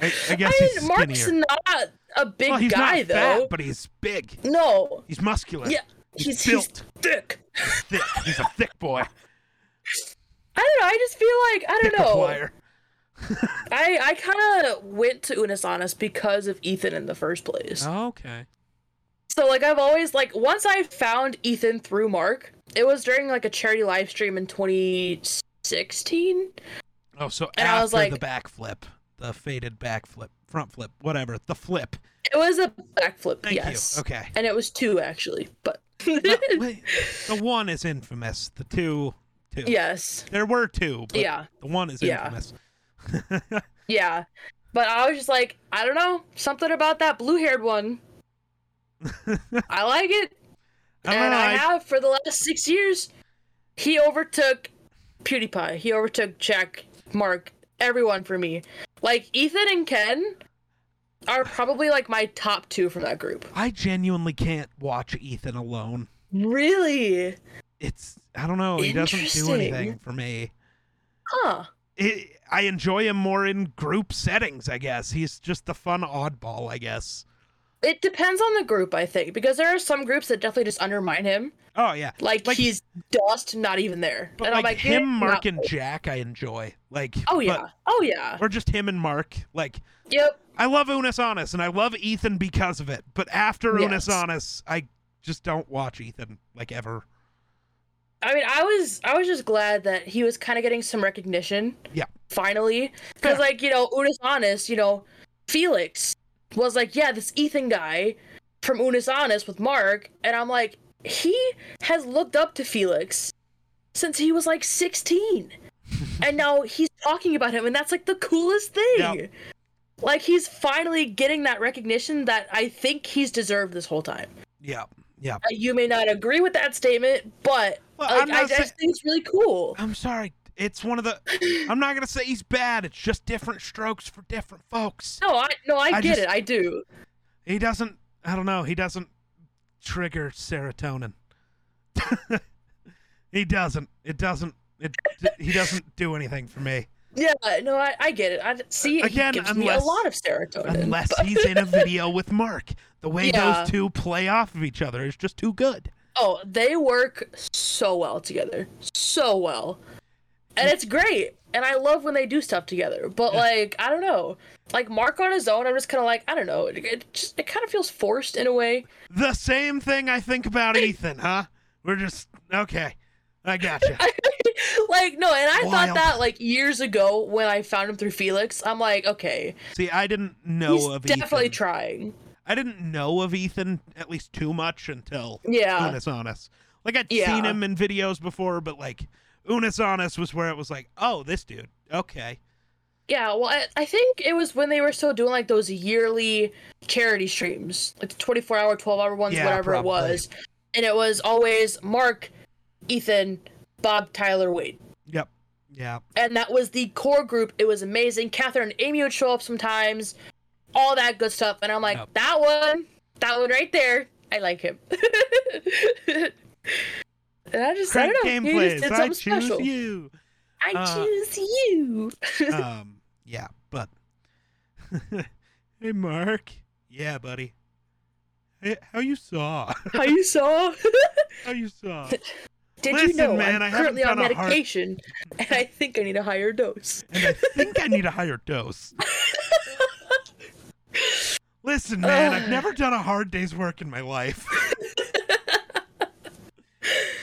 Speaker 1: I, I guess
Speaker 2: I
Speaker 1: he's
Speaker 2: mean,
Speaker 1: skinnier.
Speaker 2: Mark's not a big
Speaker 1: well, he's
Speaker 2: guy
Speaker 1: not
Speaker 2: though.
Speaker 1: fat, but he's big.
Speaker 2: No.
Speaker 1: He's muscular.
Speaker 2: Yeah.
Speaker 1: He's
Speaker 2: He's,
Speaker 1: built.
Speaker 2: he's thick.
Speaker 1: Thick. He's a thick
Speaker 2: *laughs*
Speaker 1: boy.
Speaker 2: I don't know. I just feel like I
Speaker 1: Thick
Speaker 2: don't know.
Speaker 1: player.
Speaker 2: I I kind of went to Unisonus because of Ethan in the first place.
Speaker 1: Oh. Okay.
Speaker 2: So like I've always like once I found Ethan through Mark, it was during like a charity live stream in 2016.
Speaker 1: Oh, so
Speaker 2: And
Speaker 1: after
Speaker 2: I was
Speaker 1: the backflip, the faded backflip, front flip, whatever, the flip.
Speaker 2: It was a backflip.
Speaker 1: Thank
Speaker 2: yes.
Speaker 1: you. Okay.
Speaker 2: And it was two actually, but *laughs*
Speaker 1: No, wait, the one is infamous. The two, two.
Speaker 2: yes.
Speaker 1: There were two. But
Speaker 2: Yeah.
Speaker 1: The one is
Speaker 2: Yeah.
Speaker 1: infamous. *laughs*
Speaker 2: Yeah. But I was just like, I don't know, something about that
Speaker 1: *laughs*
Speaker 2: blue-haired one. I like it.
Speaker 1: I don't
Speaker 2: and
Speaker 1: know.
Speaker 2: I
Speaker 1: I,
Speaker 2: have for the last six years. He overtook PewDiePie. He overtook Jack, Mark, everyone for me. Like Ethan and Ken are probably like my top two from that group.
Speaker 1: I genuinely can't watch Ethan alone.
Speaker 2: Really?
Speaker 1: It's I don't know. He doesn't do
Speaker 2: Interesting.
Speaker 1: anything for me.
Speaker 2: Huh.
Speaker 1: It, I enjoy him more in group settings. I guess he's just the fun oddball. I guess.
Speaker 2: It depends on the group, I think, because there are some groups that definitely just undermine him.
Speaker 1: Oh yeah.
Speaker 2: Like,
Speaker 1: Like-
Speaker 2: he's dust, not even there.
Speaker 1: But
Speaker 2: and
Speaker 1: like,
Speaker 2: I'm like,
Speaker 1: him,
Speaker 2: "You're
Speaker 1: Mark,
Speaker 2: not-
Speaker 1: and Jack, I enjoy. Like.
Speaker 2: Oh
Speaker 1: but-
Speaker 2: yeah. Oh yeah.
Speaker 1: or just him and Mark. Like
Speaker 2: Yep.
Speaker 1: I love Unis Honest and I love Ethan because of it. But after
Speaker 2: Yes.
Speaker 1: Unis Honest, I just don't watch Ethan like ever.
Speaker 2: I mean, I was I was just glad that he was kind of getting some recognition.
Speaker 1: Yeah.
Speaker 2: Finally,
Speaker 1: Yeah.
Speaker 2: because like you know, Unis Honest, you know, Felix was like, yeah, this Ethan guy from Unis Honest with Mark, and I'm like, he has looked up to Felix since he was
Speaker 1: *laughs*
Speaker 2: like 16, and now he's talking about him, and that's like the coolest thing.
Speaker 1: Yep.
Speaker 2: Like he's finally getting that recognition that I think he's deserved this whole time.
Speaker 1: Yeah. Yeah.
Speaker 2: Uh, You may not agree with that statement, but
Speaker 1: Well,
Speaker 2: *laughs* like,
Speaker 1: I'm
Speaker 2: I
Speaker 1: not
Speaker 2: just
Speaker 1: saying-
Speaker 2: think it's really cool.
Speaker 1: I'm sorry. It's one of
Speaker 2: *coughs*
Speaker 1: the. I'm not gonna say he's bad. It's just different strokes for different folks.
Speaker 2: No, I no, I,
Speaker 1: I
Speaker 2: get
Speaker 1: just-
Speaker 2: it. I do.
Speaker 1: He doesn't. I don't know. He doesn't trigger serotonin. *laughs* he doesn't. It doesn't. It. He doesn't do anything for me
Speaker 2: *laughs* Yeah, no, I, I get it. I see.
Speaker 1: Again,
Speaker 2: he gives
Speaker 1: unless-
Speaker 2: me a lot of serotonin.
Speaker 1: unless
Speaker 2: but-
Speaker 1: he's in a video with Mark. The way
Speaker 2: Yeah.
Speaker 1: those two play off of each other is just too good.
Speaker 2: oh, they work so well together, so well, and it's great. And I love when they do stuff together. But like, I don't know, like Mark on his own, I'm just kind of like, I don't know. It, it just it kind of feels forced in a way. *laughs*
Speaker 1: The same thing I think about Ethan, huh? We're just okay. I
Speaker 2: *laughs*
Speaker 1: gotcha.
Speaker 2: like no, and I
Speaker 1: Wild.
Speaker 2: thought that like years ago when I found him through Felix, I'm like, okay,
Speaker 1: See, I didn't know
Speaker 2: he's
Speaker 1: of
Speaker 2: definitely
Speaker 1: Ethan.
Speaker 2: trying.
Speaker 1: I didn't know of Ethan at least too much until
Speaker 2: Yeah.
Speaker 1: Unis Honest. Like I'd
Speaker 2: Yeah.
Speaker 1: seen him in videos before, but like Unis Honest was where it was like, oh, this dude, okay,
Speaker 2: Yeah, well, I, I think it was when they were still doing like those yearly charity streams, like the 24 hour, 12 hour ones,
Speaker 1: Yeah,
Speaker 2: whatever
Speaker 1: probably.
Speaker 2: it was. And it was always Mark, Ethan, Bob, Tyler, Wade.
Speaker 1: yep, yeah,
Speaker 2: And that was the core group. It was amazing. Catherine and Amy would show up sometimes, all that good stuff. And I'm like,
Speaker 1: Yep.
Speaker 2: that one, that one right there, I like him. *laughs* and I just,
Speaker 1: Craig
Speaker 2: I don't know. He
Speaker 1: gameplays.
Speaker 2: just did
Speaker 1: I
Speaker 2: something
Speaker 1: choose
Speaker 2: special.
Speaker 1: you.
Speaker 2: I
Speaker 1: Uh,
Speaker 2: choose you.
Speaker 1: um, yeah, but *laughs* hey, Mark, yeah, buddy, hey, how you saw?
Speaker 2: *laughs* How you saw?
Speaker 1: how you saw?
Speaker 2: Did
Speaker 1: Listen,
Speaker 2: you know
Speaker 1: man, I
Speaker 2: I'm
Speaker 1: haven't
Speaker 2: currently on
Speaker 1: done a hard-
Speaker 2: medication *laughs* and I think I need a higher dose?
Speaker 1: and I think I need a higher dose. Listen, man, I've never done a hard day's work in my
Speaker 2: *laughs*
Speaker 1: life.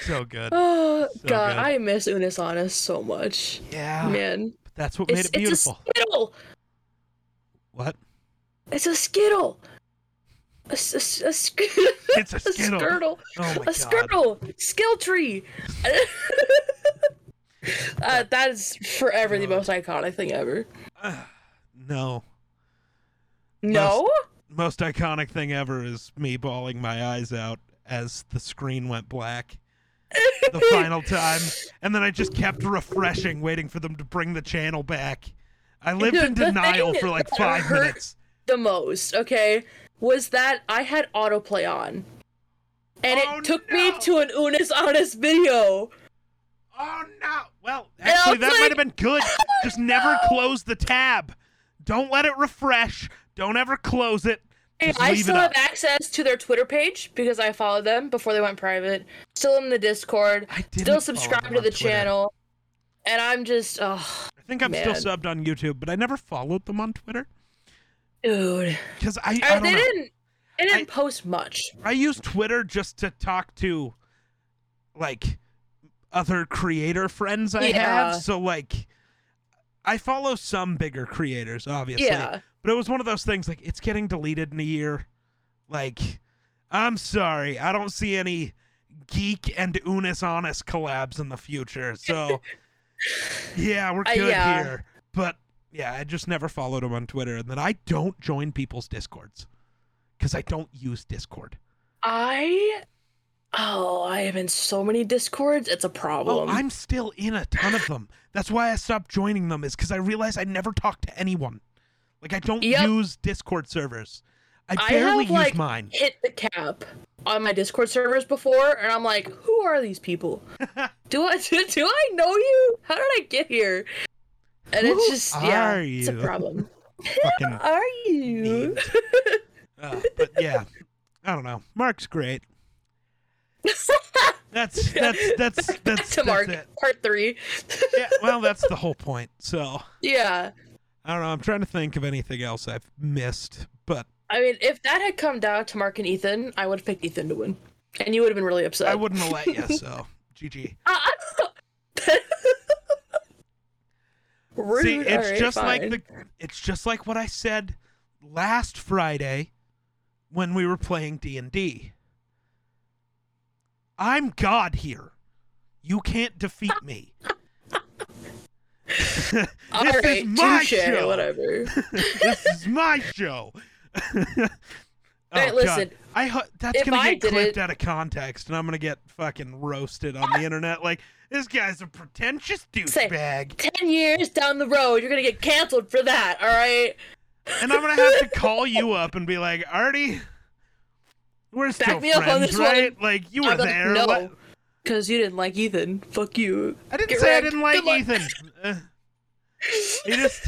Speaker 1: so good.
Speaker 2: Oh
Speaker 1: So
Speaker 2: God,
Speaker 1: good.
Speaker 2: I miss Unis Honest so much,
Speaker 1: Yeah.
Speaker 2: man.
Speaker 1: But that's what made
Speaker 2: It's,
Speaker 1: it
Speaker 2: it's a
Speaker 1: beautiful.
Speaker 2: skittle.
Speaker 1: What?
Speaker 2: It's a skittle. A, s- a s- *laughs* a sk-
Speaker 1: It's a
Speaker 2: a
Speaker 1: skittle.
Speaker 2: skirtle.
Speaker 1: Oh my
Speaker 2: a skirtle. Skill tree. *laughs* uh, that is forever the
Speaker 1: God.
Speaker 2: most iconic thing ever.
Speaker 1: god. no.
Speaker 2: No,
Speaker 1: Most iconic thing ever is me bawling my eyes out as the screen went black.
Speaker 2: *laughs*
Speaker 1: The final time. And then I just kept refreshing, waiting for them to bring the channel back.
Speaker 2: *laughs*
Speaker 1: I lived in
Speaker 2: The thing
Speaker 1: denial for like
Speaker 2: that
Speaker 1: five
Speaker 2: hurt-
Speaker 1: minutes.
Speaker 2: the most. Okay, was that I had autoplay on, and
Speaker 1: Oh,
Speaker 2: it took
Speaker 1: no.
Speaker 2: me to an Unis Honest video.
Speaker 1: Oh no! Well,
Speaker 2: I was
Speaker 1: actually, that might have
Speaker 2: like, oh,
Speaker 1: been
Speaker 2: *laughs*
Speaker 1: good. Just never close the tab. Don't let it refresh. Don't ever close it.
Speaker 2: Hey,
Speaker 1: Just
Speaker 2: I
Speaker 1: leave it
Speaker 2: still have
Speaker 1: up.
Speaker 2: access to their Twitter page because I followed them before they went private. Still in the Discord.
Speaker 1: I didn't follow
Speaker 2: Still subscribed
Speaker 1: them
Speaker 2: to
Speaker 1: on
Speaker 2: the
Speaker 1: Twitter.
Speaker 2: channel. And I'm just, oh,
Speaker 1: I think I'm
Speaker 2: Man.
Speaker 1: still subbed on YouTube, but I never followed them on Twitter
Speaker 2: dude.
Speaker 1: because I, I
Speaker 2: I,
Speaker 1: don't
Speaker 2: they
Speaker 1: know.
Speaker 2: didn't. They didn't post much.
Speaker 1: I use Twitter just to talk to, like, other creator friends I
Speaker 2: Yeah.
Speaker 1: have. So like, I follow some bigger creators, obviously.
Speaker 2: yeah.
Speaker 1: But it was one of those things like it's getting deleted in a year. Like, I'm sorry, I don't see any geek and Unis Honest collabs in the future.
Speaker 2: *laughs*
Speaker 1: So, yeah, we're
Speaker 2: Uh,
Speaker 1: good
Speaker 2: yeah.
Speaker 1: here. But yeah, I just never followed him on Twitter, and then I don't join people's discords because I don't use Discord.
Speaker 2: I. Oh, I am in so many discords. It's a
Speaker 1: Well,
Speaker 2: problem.
Speaker 1: Oh, I'm still in a ton of them. That's why I stopped joining them is because I realized I never talk to anyone. Like I don't
Speaker 2: Yep.
Speaker 1: use Discord servers. I
Speaker 2: I
Speaker 1: barely
Speaker 2: have,
Speaker 1: use
Speaker 2: like,
Speaker 1: mine. *laughs*
Speaker 2: hit the cap on my Discord servers before, and I'm like, who are these people? do I *laughs* do, I know you? How did I get here? And
Speaker 1: Who
Speaker 2: it's just yeah,
Speaker 1: are
Speaker 2: it's a
Speaker 1: you? *laughs*
Speaker 2: problem.
Speaker 1: Fucking
Speaker 2: are you? *laughs*
Speaker 1: Uh, but yeah, I don't know. Mark's great. That's
Speaker 2: *laughs*
Speaker 1: that's that's that's,
Speaker 2: Back
Speaker 1: that's
Speaker 2: to Mark,
Speaker 1: it.
Speaker 2: part three.
Speaker 1: Yeah, well, that's the whole point. So
Speaker 2: yeah,
Speaker 1: I don't know. I'm trying to think of anything else I've missed, but
Speaker 2: I mean, if that had come down to Mark and Ethan, I would have picked Ethan to win, and you would have been really upset.
Speaker 1: I
Speaker 2: *laughs*
Speaker 1: wouldn't have let you. So GG.
Speaker 2: Rude.
Speaker 1: See, it's
Speaker 2: Alright,
Speaker 1: just like
Speaker 2: fine.
Speaker 1: the it's just like what I said last Friday when we were playing D&D. I'm God here. You can't defeat me. *laughs* this
Speaker 2: All
Speaker 1: is
Speaker 2: right,
Speaker 1: my
Speaker 2: touche,
Speaker 1: show.
Speaker 2: whatever.
Speaker 1: *laughs* this is my show. *laughs* oh,
Speaker 2: right, listen.
Speaker 1: God. I ho- that's
Speaker 2: If
Speaker 1: gonna
Speaker 2: I
Speaker 1: get
Speaker 2: did
Speaker 1: clipped
Speaker 2: it-
Speaker 1: out of context, and I'm gonna get fucking roasted on the internet. Like this guy's a pretentious
Speaker 2: Say-
Speaker 1: douchebag,
Speaker 2: Ten years down the road, you're gonna get canceled for that. All right.
Speaker 1: and I'm gonna have to call you up and be like, Artie, we're still
Speaker 2: me up on
Speaker 1: friends,
Speaker 2: this one.
Speaker 1: right? Like you were
Speaker 2: I'm like,
Speaker 1: there.
Speaker 2: no,
Speaker 1: What-
Speaker 2: because you didn't like Ethan. Fuck you.
Speaker 1: I didn't
Speaker 2: Get
Speaker 1: say I
Speaker 2: wrecked.
Speaker 1: didn't like
Speaker 2: Good luck.
Speaker 1: Ethan. Uh, he just.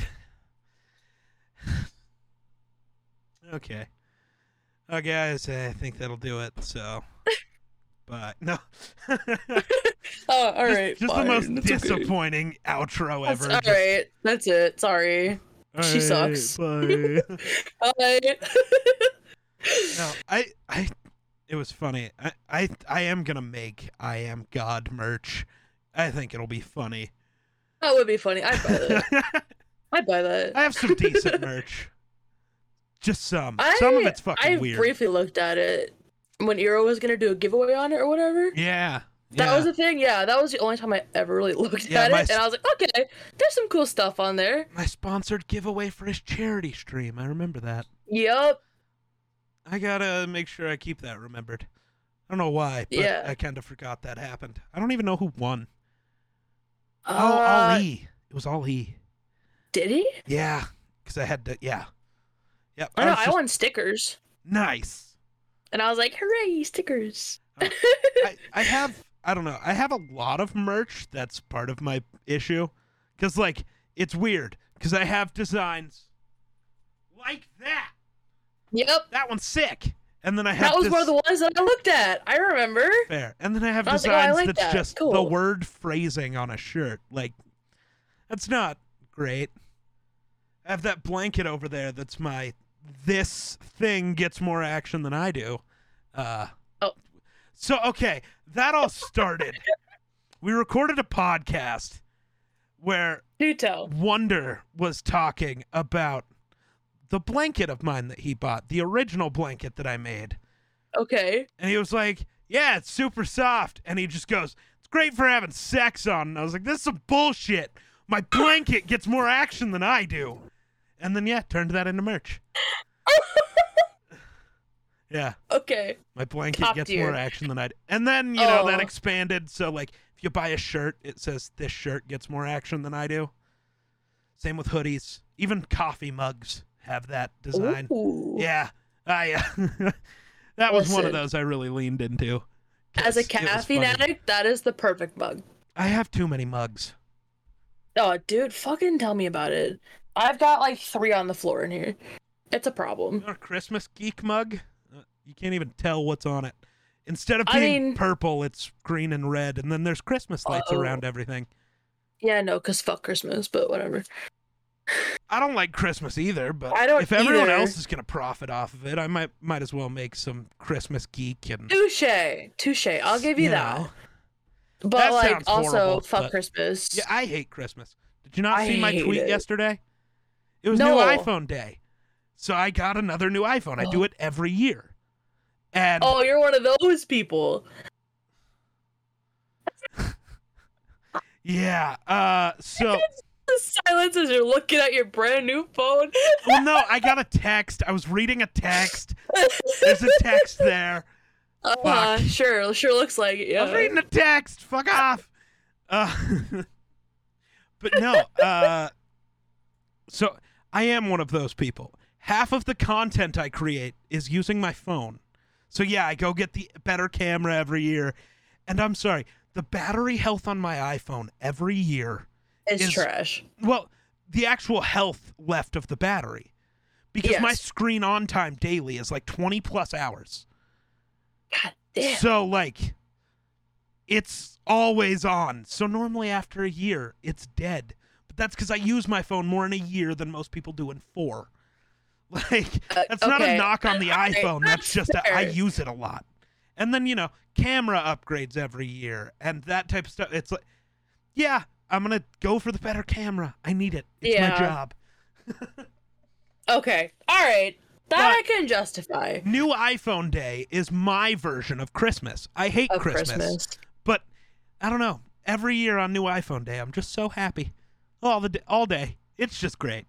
Speaker 1: okay. Okay, guys, I think that'll do it. So, but no,
Speaker 2: Oh, all right.
Speaker 1: just the
Speaker 2: fine,
Speaker 1: most
Speaker 2: it's okay.
Speaker 1: disappointing outro
Speaker 2: That's
Speaker 1: ever.
Speaker 2: all
Speaker 1: Just,
Speaker 2: right. That's it. Sorry. She
Speaker 1: "Alright,
Speaker 2: sucks." *laughs*
Speaker 1: bye."
Speaker 2: All right.
Speaker 1: no, I, I, it was funny. I, I, I am gonna make I am God merch. I think it'll be funny.
Speaker 2: that would be funny. I'd buy that.
Speaker 1: *laughs* I
Speaker 2: I'd buy that.
Speaker 1: have some
Speaker 2: *laughs*
Speaker 1: decent merch. Just some. some of
Speaker 2: I-
Speaker 1: it's fucking
Speaker 2: I
Speaker 1: weird.
Speaker 2: briefly looked at it when Eero was gonna do a giveaway on it or whatever.
Speaker 1: Yeah.
Speaker 2: That
Speaker 1: yeah.
Speaker 2: was the thing. Yeah, that was the only time I ever really *laughs* looked
Speaker 1: Yeah,
Speaker 2: at
Speaker 1: my
Speaker 2: it, and I was like, okay, there's some cool stuff on there.
Speaker 1: my sponsored giveaway for his charity stream. I remember that.
Speaker 2: Yep.
Speaker 1: I gotta make sure I keep that remembered. I don't know why, but
Speaker 2: Yeah.
Speaker 1: I kind of forgot that happened. I don't even know who won.
Speaker 2: Uh,
Speaker 1: oh, all E. It was all E.
Speaker 2: Did he?
Speaker 1: Yeah, because I had to. Yeah. Yep.
Speaker 2: I know.
Speaker 1: was
Speaker 2: I
Speaker 1: just-
Speaker 2: won stickers,
Speaker 1: Nice.
Speaker 2: and I was like, hooray, stickers.
Speaker 1: I, I have I don't know. I have a lot of merch. That's part of my issue, because like it's weird. Because I have designs like that.
Speaker 2: Yep.
Speaker 1: That one's sick. And then I have
Speaker 2: That was
Speaker 1: this...
Speaker 2: one of the ones that I looked at. I remember.
Speaker 1: Fair. And then I have
Speaker 2: I was like, oh, I
Speaker 1: designs
Speaker 2: like
Speaker 1: that's
Speaker 2: that.
Speaker 1: just the
Speaker 2: Cool.
Speaker 1: word phrasing on a shirt. Like, that's not great. I have that blanket over there that's my this thing gets more action than I do. Uh,
Speaker 2: Oh.
Speaker 1: So, okay, that all started.
Speaker 2: *laughs*
Speaker 1: we recorded a podcast where
Speaker 2: Do tell.
Speaker 1: Wonder was talking about the blanket of mine that he bought, the original blanket that I made.
Speaker 2: Okay.
Speaker 1: And he was like, Yeah, it's super soft. And he just goes, It's great for having sex on. And I was like, This is some bullshit. My blanket gets more action than I do. And then, yeah, turned that into
Speaker 2: *laughs*
Speaker 1: merch. yeah,
Speaker 2: Okay.
Speaker 1: my blanket
Speaker 2: Top
Speaker 1: gets
Speaker 2: tier. Oh.
Speaker 1: more action than I do. And then, you know, that
Speaker 2: Aw.
Speaker 1: expanded. So, like, if you buy a shirt, it says, This shirt gets more action than I do. Same with hoodies. Even coffee mugs have that design.
Speaker 2: Ooh.
Speaker 1: Yeah, I. Uh, *laughs* that was one of
Speaker 2: Listen.
Speaker 1: those I really leaned into. 'cause
Speaker 2: As a
Speaker 1: it was
Speaker 2: caffeine
Speaker 1: funny.
Speaker 2: addict, that is the perfect mug.
Speaker 1: I have too many mugs.
Speaker 2: Oh, dude, fucking tell me about it. I've got like three on the floor in here. It's a problem.
Speaker 1: Our Christmas geek mug, uh, you can't even tell what's on it. Instead of
Speaker 2: I
Speaker 1: being
Speaker 2: mean-
Speaker 1: purple, it's green and red, and then there's Christmas lights
Speaker 2: Oh.
Speaker 1: around everything.
Speaker 2: Yeah, no, cause fuck Christmas, but whatever.
Speaker 1: I don't like Christmas either, but
Speaker 2: I don't
Speaker 1: if everyone
Speaker 2: either.
Speaker 1: else is gonna profit off of it, I might might as well make some Christmas geek and
Speaker 2: Touche, touche. I'll give you, that.
Speaker 1: know.
Speaker 2: But
Speaker 1: That
Speaker 2: like,
Speaker 1: sounds
Speaker 2: also,
Speaker 1: horrible,
Speaker 2: fuck
Speaker 1: but-
Speaker 2: Christmas.
Speaker 1: Yeah, I hate Christmas. Did you not
Speaker 2: I
Speaker 1: see my
Speaker 2: hate
Speaker 1: tweet
Speaker 2: it.
Speaker 1: yesterday? It was
Speaker 2: No.
Speaker 1: new iPhone day. So I got another new iPhone. I do it every year. And
Speaker 2: Oh, you're one of those people. *laughs*
Speaker 1: yeah,
Speaker 2: *laughs*
Speaker 1: uh so
Speaker 2: The silence as you're looking at your brand new phone. *laughs*
Speaker 1: well no, I got a text. I was reading a text. There's a text there.
Speaker 2: Uh,
Speaker 1: Fuck.
Speaker 2: sure, sure looks like it.
Speaker 1: I was
Speaker 2: Yeah.
Speaker 1: reading a text. Fuck off. Uh, *laughs* but no, uh, so I am one of those people. Half of the content I create is using my phone. So yeah, I go get the better camera every year. And I'm sorry, the battery health on my iPhone every year.
Speaker 2: It's
Speaker 1: is-
Speaker 2: trash.
Speaker 1: Well, the actual health left of the battery. Because my
Speaker 2: Yes.
Speaker 1: screen on time daily is like 20 plus hours.
Speaker 2: God damn.
Speaker 1: So like it's always on. So normally after a year, it's dead. But that's cuz I use my phone more in a year than most people do in 4. *laughs* Like
Speaker 2: Uh,
Speaker 1: that's not a
Speaker 2: okay.
Speaker 1: knock on the
Speaker 2: Alright,
Speaker 1: iPhone. That's
Speaker 2: that's
Speaker 1: just a, I
Speaker 2: fair.
Speaker 1: use it a lot. And then, you know, camera upgrades every year and that type of stuff. It's like yeah, I'm going to go for the better camera. I need it. It's my
Speaker 2: Yeah.
Speaker 1: job.
Speaker 2: Uh, Okay. All right. That
Speaker 1: But-
Speaker 2: I can justify.
Speaker 1: New iPhone Day is my version of Christmas. I hate
Speaker 2: Of
Speaker 1: Christmas,
Speaker 2: Christmas.
Speaker 1: but I don't know. Every year on New iPhone Day, I'm just so happy. All the d- all day, it's just great.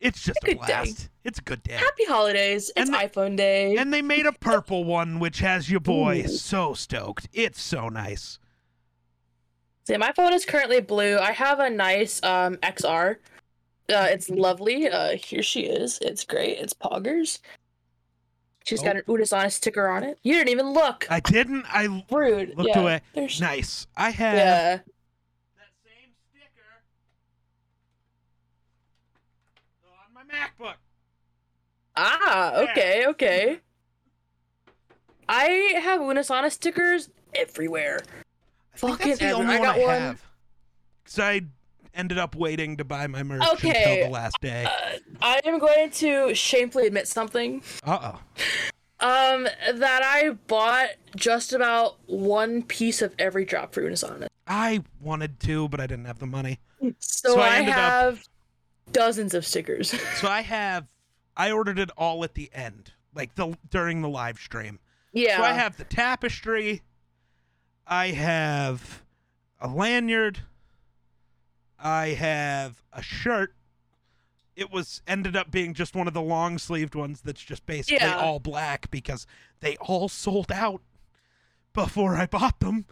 Speaker 1: It's just a,
Speaker 2: Good day.
Speaker 1: blast. It's a good day.
Speaker 2: Happy holidays. It's
Speaker 1: And the-
Speaker 2: iPhone day.
Speaker 1: And they made a purple one, which has your boy
Speaker 2: Ooh.
Speaker 1: so stoked. It's so nice.
Speaker 2: See, my phone is currently blue. I have a nice um XR. Uh, it's lovely. Uh, here she is. It's great. It's Poggers. She's got
Speaker 1: Oh.
Speaker 2: an Udasana sticker on it. You didn't even look.
Speaker 1: I didn't. I
Speaker 2: Rude.
Speaker 1: looked
Speaker 2: yeah,
Speaker 1: away.
Speaker 2: there she-
Speaker 1: Nice. I have
Speaker 2: Yeah.
Speaker 1: that same sticker on my MacBook.
Speaker 2: Ah.
Speaker 1: There.
Speaker 2: Okay. Okay. I have Unasana stickers everywhere.
Speaker 1: I think
Speaker 2: Fucking
Speaker 1: that's the
Speaker 2: Evan,
Speaker 1: only
Speaker 2: I
Speaker 1: one
Speaker 2: got
Speaker 1: I
Speaker 2: one.
Speaker 1: have. Because I ended up waiting to buy my merch
Speaker 2: Okay.
Speaker 1: until the last day.
Speaker 2: Uh, I am going to shamefully admit something.
Speaker 1: Uh oh.
Speaker 2: Um, that I bought just about one piece of every drop for Unisonic.
Speaker 1: I wanted to, but I didn't have the money.
Speaker 2: So,
Speaker 1: So I
Speaker 2: I,
Speaker 1: ended up-
Speaker 2: have dozens of stickers. *laughs*
Speaker 1: So I have. I ordered it all at the end, like the during the live stream.
Speaker 2: yeah.
Speaker 1: So I have the tapestry. I have a lanyard. I have a shirt. It was ended up being just one of the long sleeved ones that's just basically
Speaker 2: Yeah.
Speaker 1: all black because they all sold out before I bought them.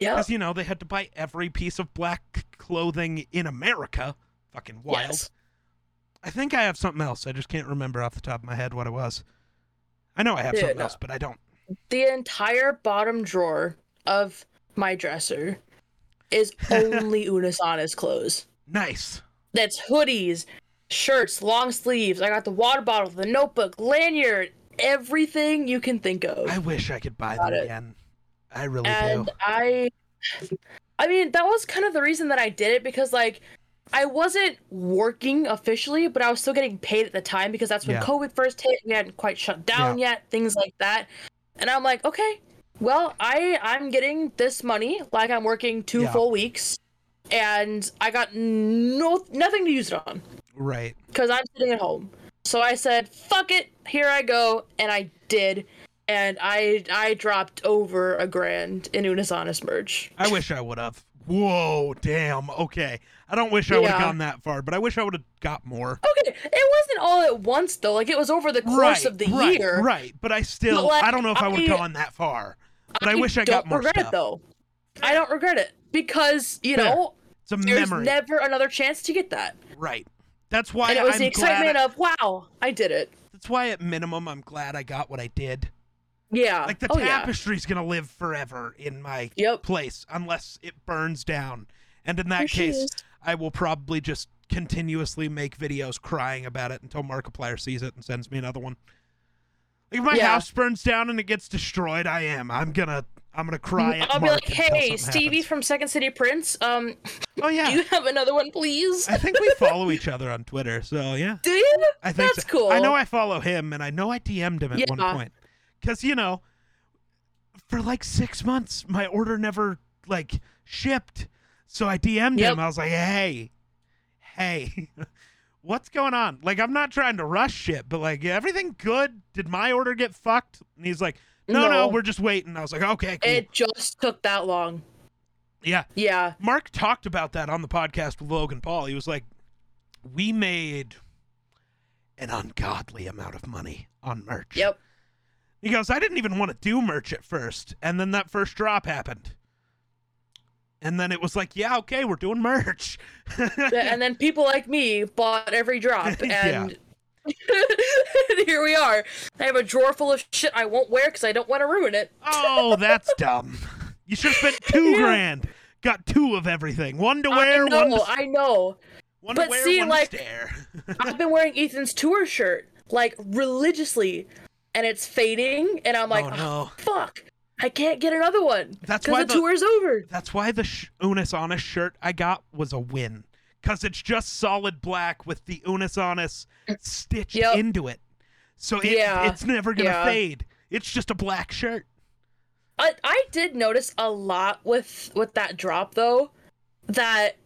Speaker 2: Yep.
Speaker 1: Because, you know, they had to buy every piece of black clothing in America. Fucking wild.
Speaker 2: Yes.
Speaker 1: I think I have something else. I just can't remember off the top of my head what it was. I know I have
Speaker 2: Dude,
Speaker 1: something
Speaker 2: no.
Speaker 1: else, but I don't.
Speaker 2: The entire bottom drawer of my dresser
Speaker 1: *laughs*
Speaker 2: is only Unisana's clothes.
Speaker 1: Nice.
Speaker 2: That's hoodies, shirts, long sleeves. I got the water bottle, the notebook, lanyard, everything you can think of.
Speaker 1: I wish I could buy
Speaker 2: Oh, Got
Speaker 1: them
Speaker 2: it.
Speaker 1: again. I really
Speaker 2: and
Speaker 1: do.
Speaker 2: I I mean that was kind of the reason that I did it because like I wasn't working officially, but I was still getting paid at the time because that's when
Speaker 1: Yeah.
Speaker 2: COVID first hit. We hadn't quite shut down yet, things like that. And I'm like, okay, well, I I'm getting this money, like I'm working two
Speaker 1: Yeah.
Speaker 2: full weeks, and I got no nothing to use it on
Speaker 1: Right.
Speaker 2: because I'm sitting at home. So I said, "Fuck it, here I go," and I did, and I I dropped over a grand in Unisonus merch.
Speaker 1: I wish I would have. Whoa, damn. Okay. I don't wish I would have
Speaker 2: Yeah.
Speaker 1: gone that far, but I wish I would have got more.
Speaker 2: Okay, it wasn't all at once though. Like it was over the course
Speaker 1: right,
Speaker 2: of the
Speaker 1: right,
Speaker 2: year.
Speaker 1: Right. But I still,
Speaker 2: But, like,
Speaker 1: I don't know if I, would have
Speaker 2: I-
Speaker 1: gone that far. But I, wish I
Speaker 2: don't
Speaker 1: got more
Speaker 2: regret
Speaker 1: stuff.
Speaker 2: it though. I don't regret it because you
Speaker 1: Fair.
Speaker 2: know
Speaker 1: It's a
Speaker 2: there's
Speaker 1: memory.
Speaker 2: never another chance to get that,
Speaker 1: right. That's why
Speaker 2: and it was
Speaker 1: I'm
Speaker 2: the excitement
Speaker 1: glad. I-
Speaker 2: of wow, I did it.
Speaker 1: that's why at minimum I'm glad I got what I did.
Speaker 2: Yeah.
Speaker 1: Like the
Speaker 2: oh yeah.
Speaker 1: tapestry's gonna live forever in my
Speaker 2: Yep.
Speaker 1: place unless it burns down. And in that
Speaker 2: There she
Speaker 1: case,
Speaker 2: is.
Speaker 1: I will probably just continuously make videos crying about it until Markiplier sees it and sends me another one. Like if my
Speaker 2: Yeah.
Speaker 1: house burns down and it gets destroyed, I am. I'm gonna I'm gonna cry at
Speaker 2: I'll be
Speaker 1: Mark
Speaker 2: like,
Speaker 1: until
Speaker 2: "Hey,
Speaker 1: something
Speaker 2: Stevie
Speaker 1: happens."
Speaker 2: from Second City Prince, um, *laughs*
Speaker 1: Oh yeah.
Speaker 2: do you have another one, please?
Speaker 1: I think we follow each other on Twitter, so yeah.
Speaker 2: Do you?
Speaker 1: I think
Speaker 2: That's
Speaker 1: so. I know
Speaker 2: cool.
Speaker 1: I follow him, and I know I DM'd him at one
Speaker 2: Yeah.
Speaker 1: point. Because, you know, for like six months, my order never, like, shipped. So I DM'd
Speaker 2: Yep.
Speaker 1: him. I was like, hey, hey, *laughs* what's going on? Like, I'm not trying to rush shit, but, like, everything good? Did my order get fucked? And he's like, no, no,
Speaker 2: No.
Speaker 1: we're just waiting. I was like, okay, cool.
Speaker 2: It just took that long.
Speaker 1: yeah.
Speaker 2: Yeah.
Speaker 1: Mark talked about that on the podcast with Logan Paul. He was like, "We made an ungodly amount of money on merch." *laughs*
Speaker 2: Yep.
Speaker 1: He goes, "I didn't even want to do merch at first, and then that first drop happened, and then it was like, yeah, okay, we're doing merch."
Speaker 2: Th- and then people like me bought every drop
Speaker 1: *laughs* Yeah.
Speaker 2: and *laughs* here we are. I have a drawer full of shit I won't wear cuz I don't want to ruin it. *laughs*
Speaker 1: oh, that's dumb. You should have spent two
Speaker 2: Yeah.
Speaker 1: grand. Got two of everything. One to
Speaker 2: I
Speaker 1: wear, one
Speaker 2: know,
Speaker 1: to,
Speaker 2: I know.
Speaker 1: one to
Speaker 2: but
Speaker 1: wear,
Speaker 2: see,
Speaker 1: one
Speaker 2: like-
Speaker 1: to stare. *laughs*
Speaker 2: I've been wearing Ethan's tour shirt like religiously and it's fading and I'm like,
Speaker 1: oh
Speaker 2: "Ah,
Speaker 1: no.
Speaker 2: fuck. I can't get another one.
Speaker 1: That's
Speaker 2: cuz
Speaker 1: why
Speaker 2: the,
Speaker 1: the-
Speaker 2: tour's over.
Speaker 1: That's why the sh- Unis Honest shirt I got was a win. Because it's just solid black with the Unis Honest stitched
Speaker 2: Yep.
Speaker 1: into it. So it,
Speaker 2: Yeah.
Speaker 1: it's never going to
Speaker 2: Yeah.
Speaker 1: fade. It's just a black shirt.
Speaker 2: I, I did notice a lot with with that drop though that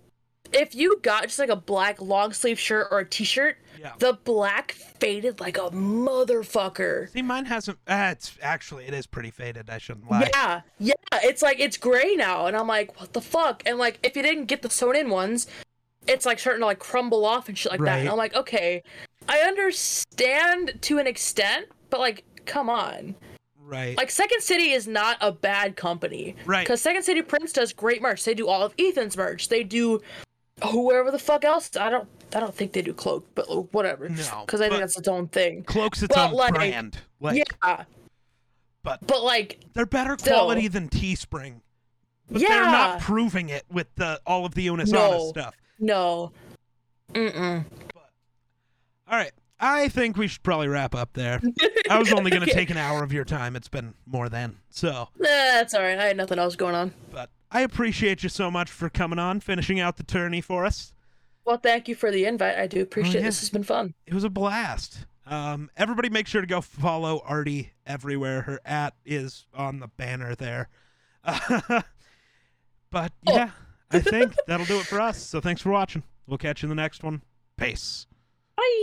Speaker 2: if you got just like a black long sleeve shirt or a t-shirt,
Speaker 1: Yeah.
Speaker 2: the black faded like a motherfucker.
Speaker 1: See, mine hasn't. Uh, it's actually it is pretty faded. I shouldn't lie.
Speaker 2: Yeah, yeah. It's like it's gray now, and I'm like, what the fuck? And like, if you didn't get the sewn in ones, it's like starting to like crumble off and shit like that.
Speaker 1: Right.
Speaker 2: And I'm like, okay, I understand to an extent, but like, come on.
Speaker 1: Right.
Speaker 2: Like Second City is not a bad company,
Speaker 1: Right.
Speaker 2: Because Second City Prince does great merch. They do all of Ethan's merch. They do whoever the fuck else. I don't. I don't think they do cloak, but whatever.
Speaker 1: No,
Speaker 2: because I
Speaker 1: but-
Speaker 2: think that's its own thing.
Speaker 1: Cloaks its
Speaker 2: but,
Speaker 1: own
Speaker 2: like-
Speaker 1: brand. Like
Speaker 2: yeah,
Speaker 1: but
Speaker 2: but like,
Speaker 1: they're better
Speaker 2: Still.
Speaker 1: quality than Teespring. But
Speaker 2: yeah,
Speaker 1: they're not proving it with the all of the Unisana
Speaker 2: No.
Speaker 1: stuff.
Speaker 2: no, mm
Speaker 1: All right. I think we should probably wrap up there. I was only going to
Speaker 2: Okay.
Speaker 1: take an hour of your time. It's been more than. So,
Speaker 2: That's all right. I had nothing else going on.
Speaker 1: but I appreciate you so much for coming on, finishing out the tourney for us.
Speaker 2: Well, thank you for the invite. I do appreciate
Speaker 1: yeah.
Speaker 2: it. This has been fun.
Speaker 1: It was a blast. Um, everybody make sure to go follow Artie everywhere. Her at is on the banner there. *laughs* but yeah, I think that'll do it for us. So thanks for watching. We'll catch you in the next one. Peace.
Speaker 2: Bye.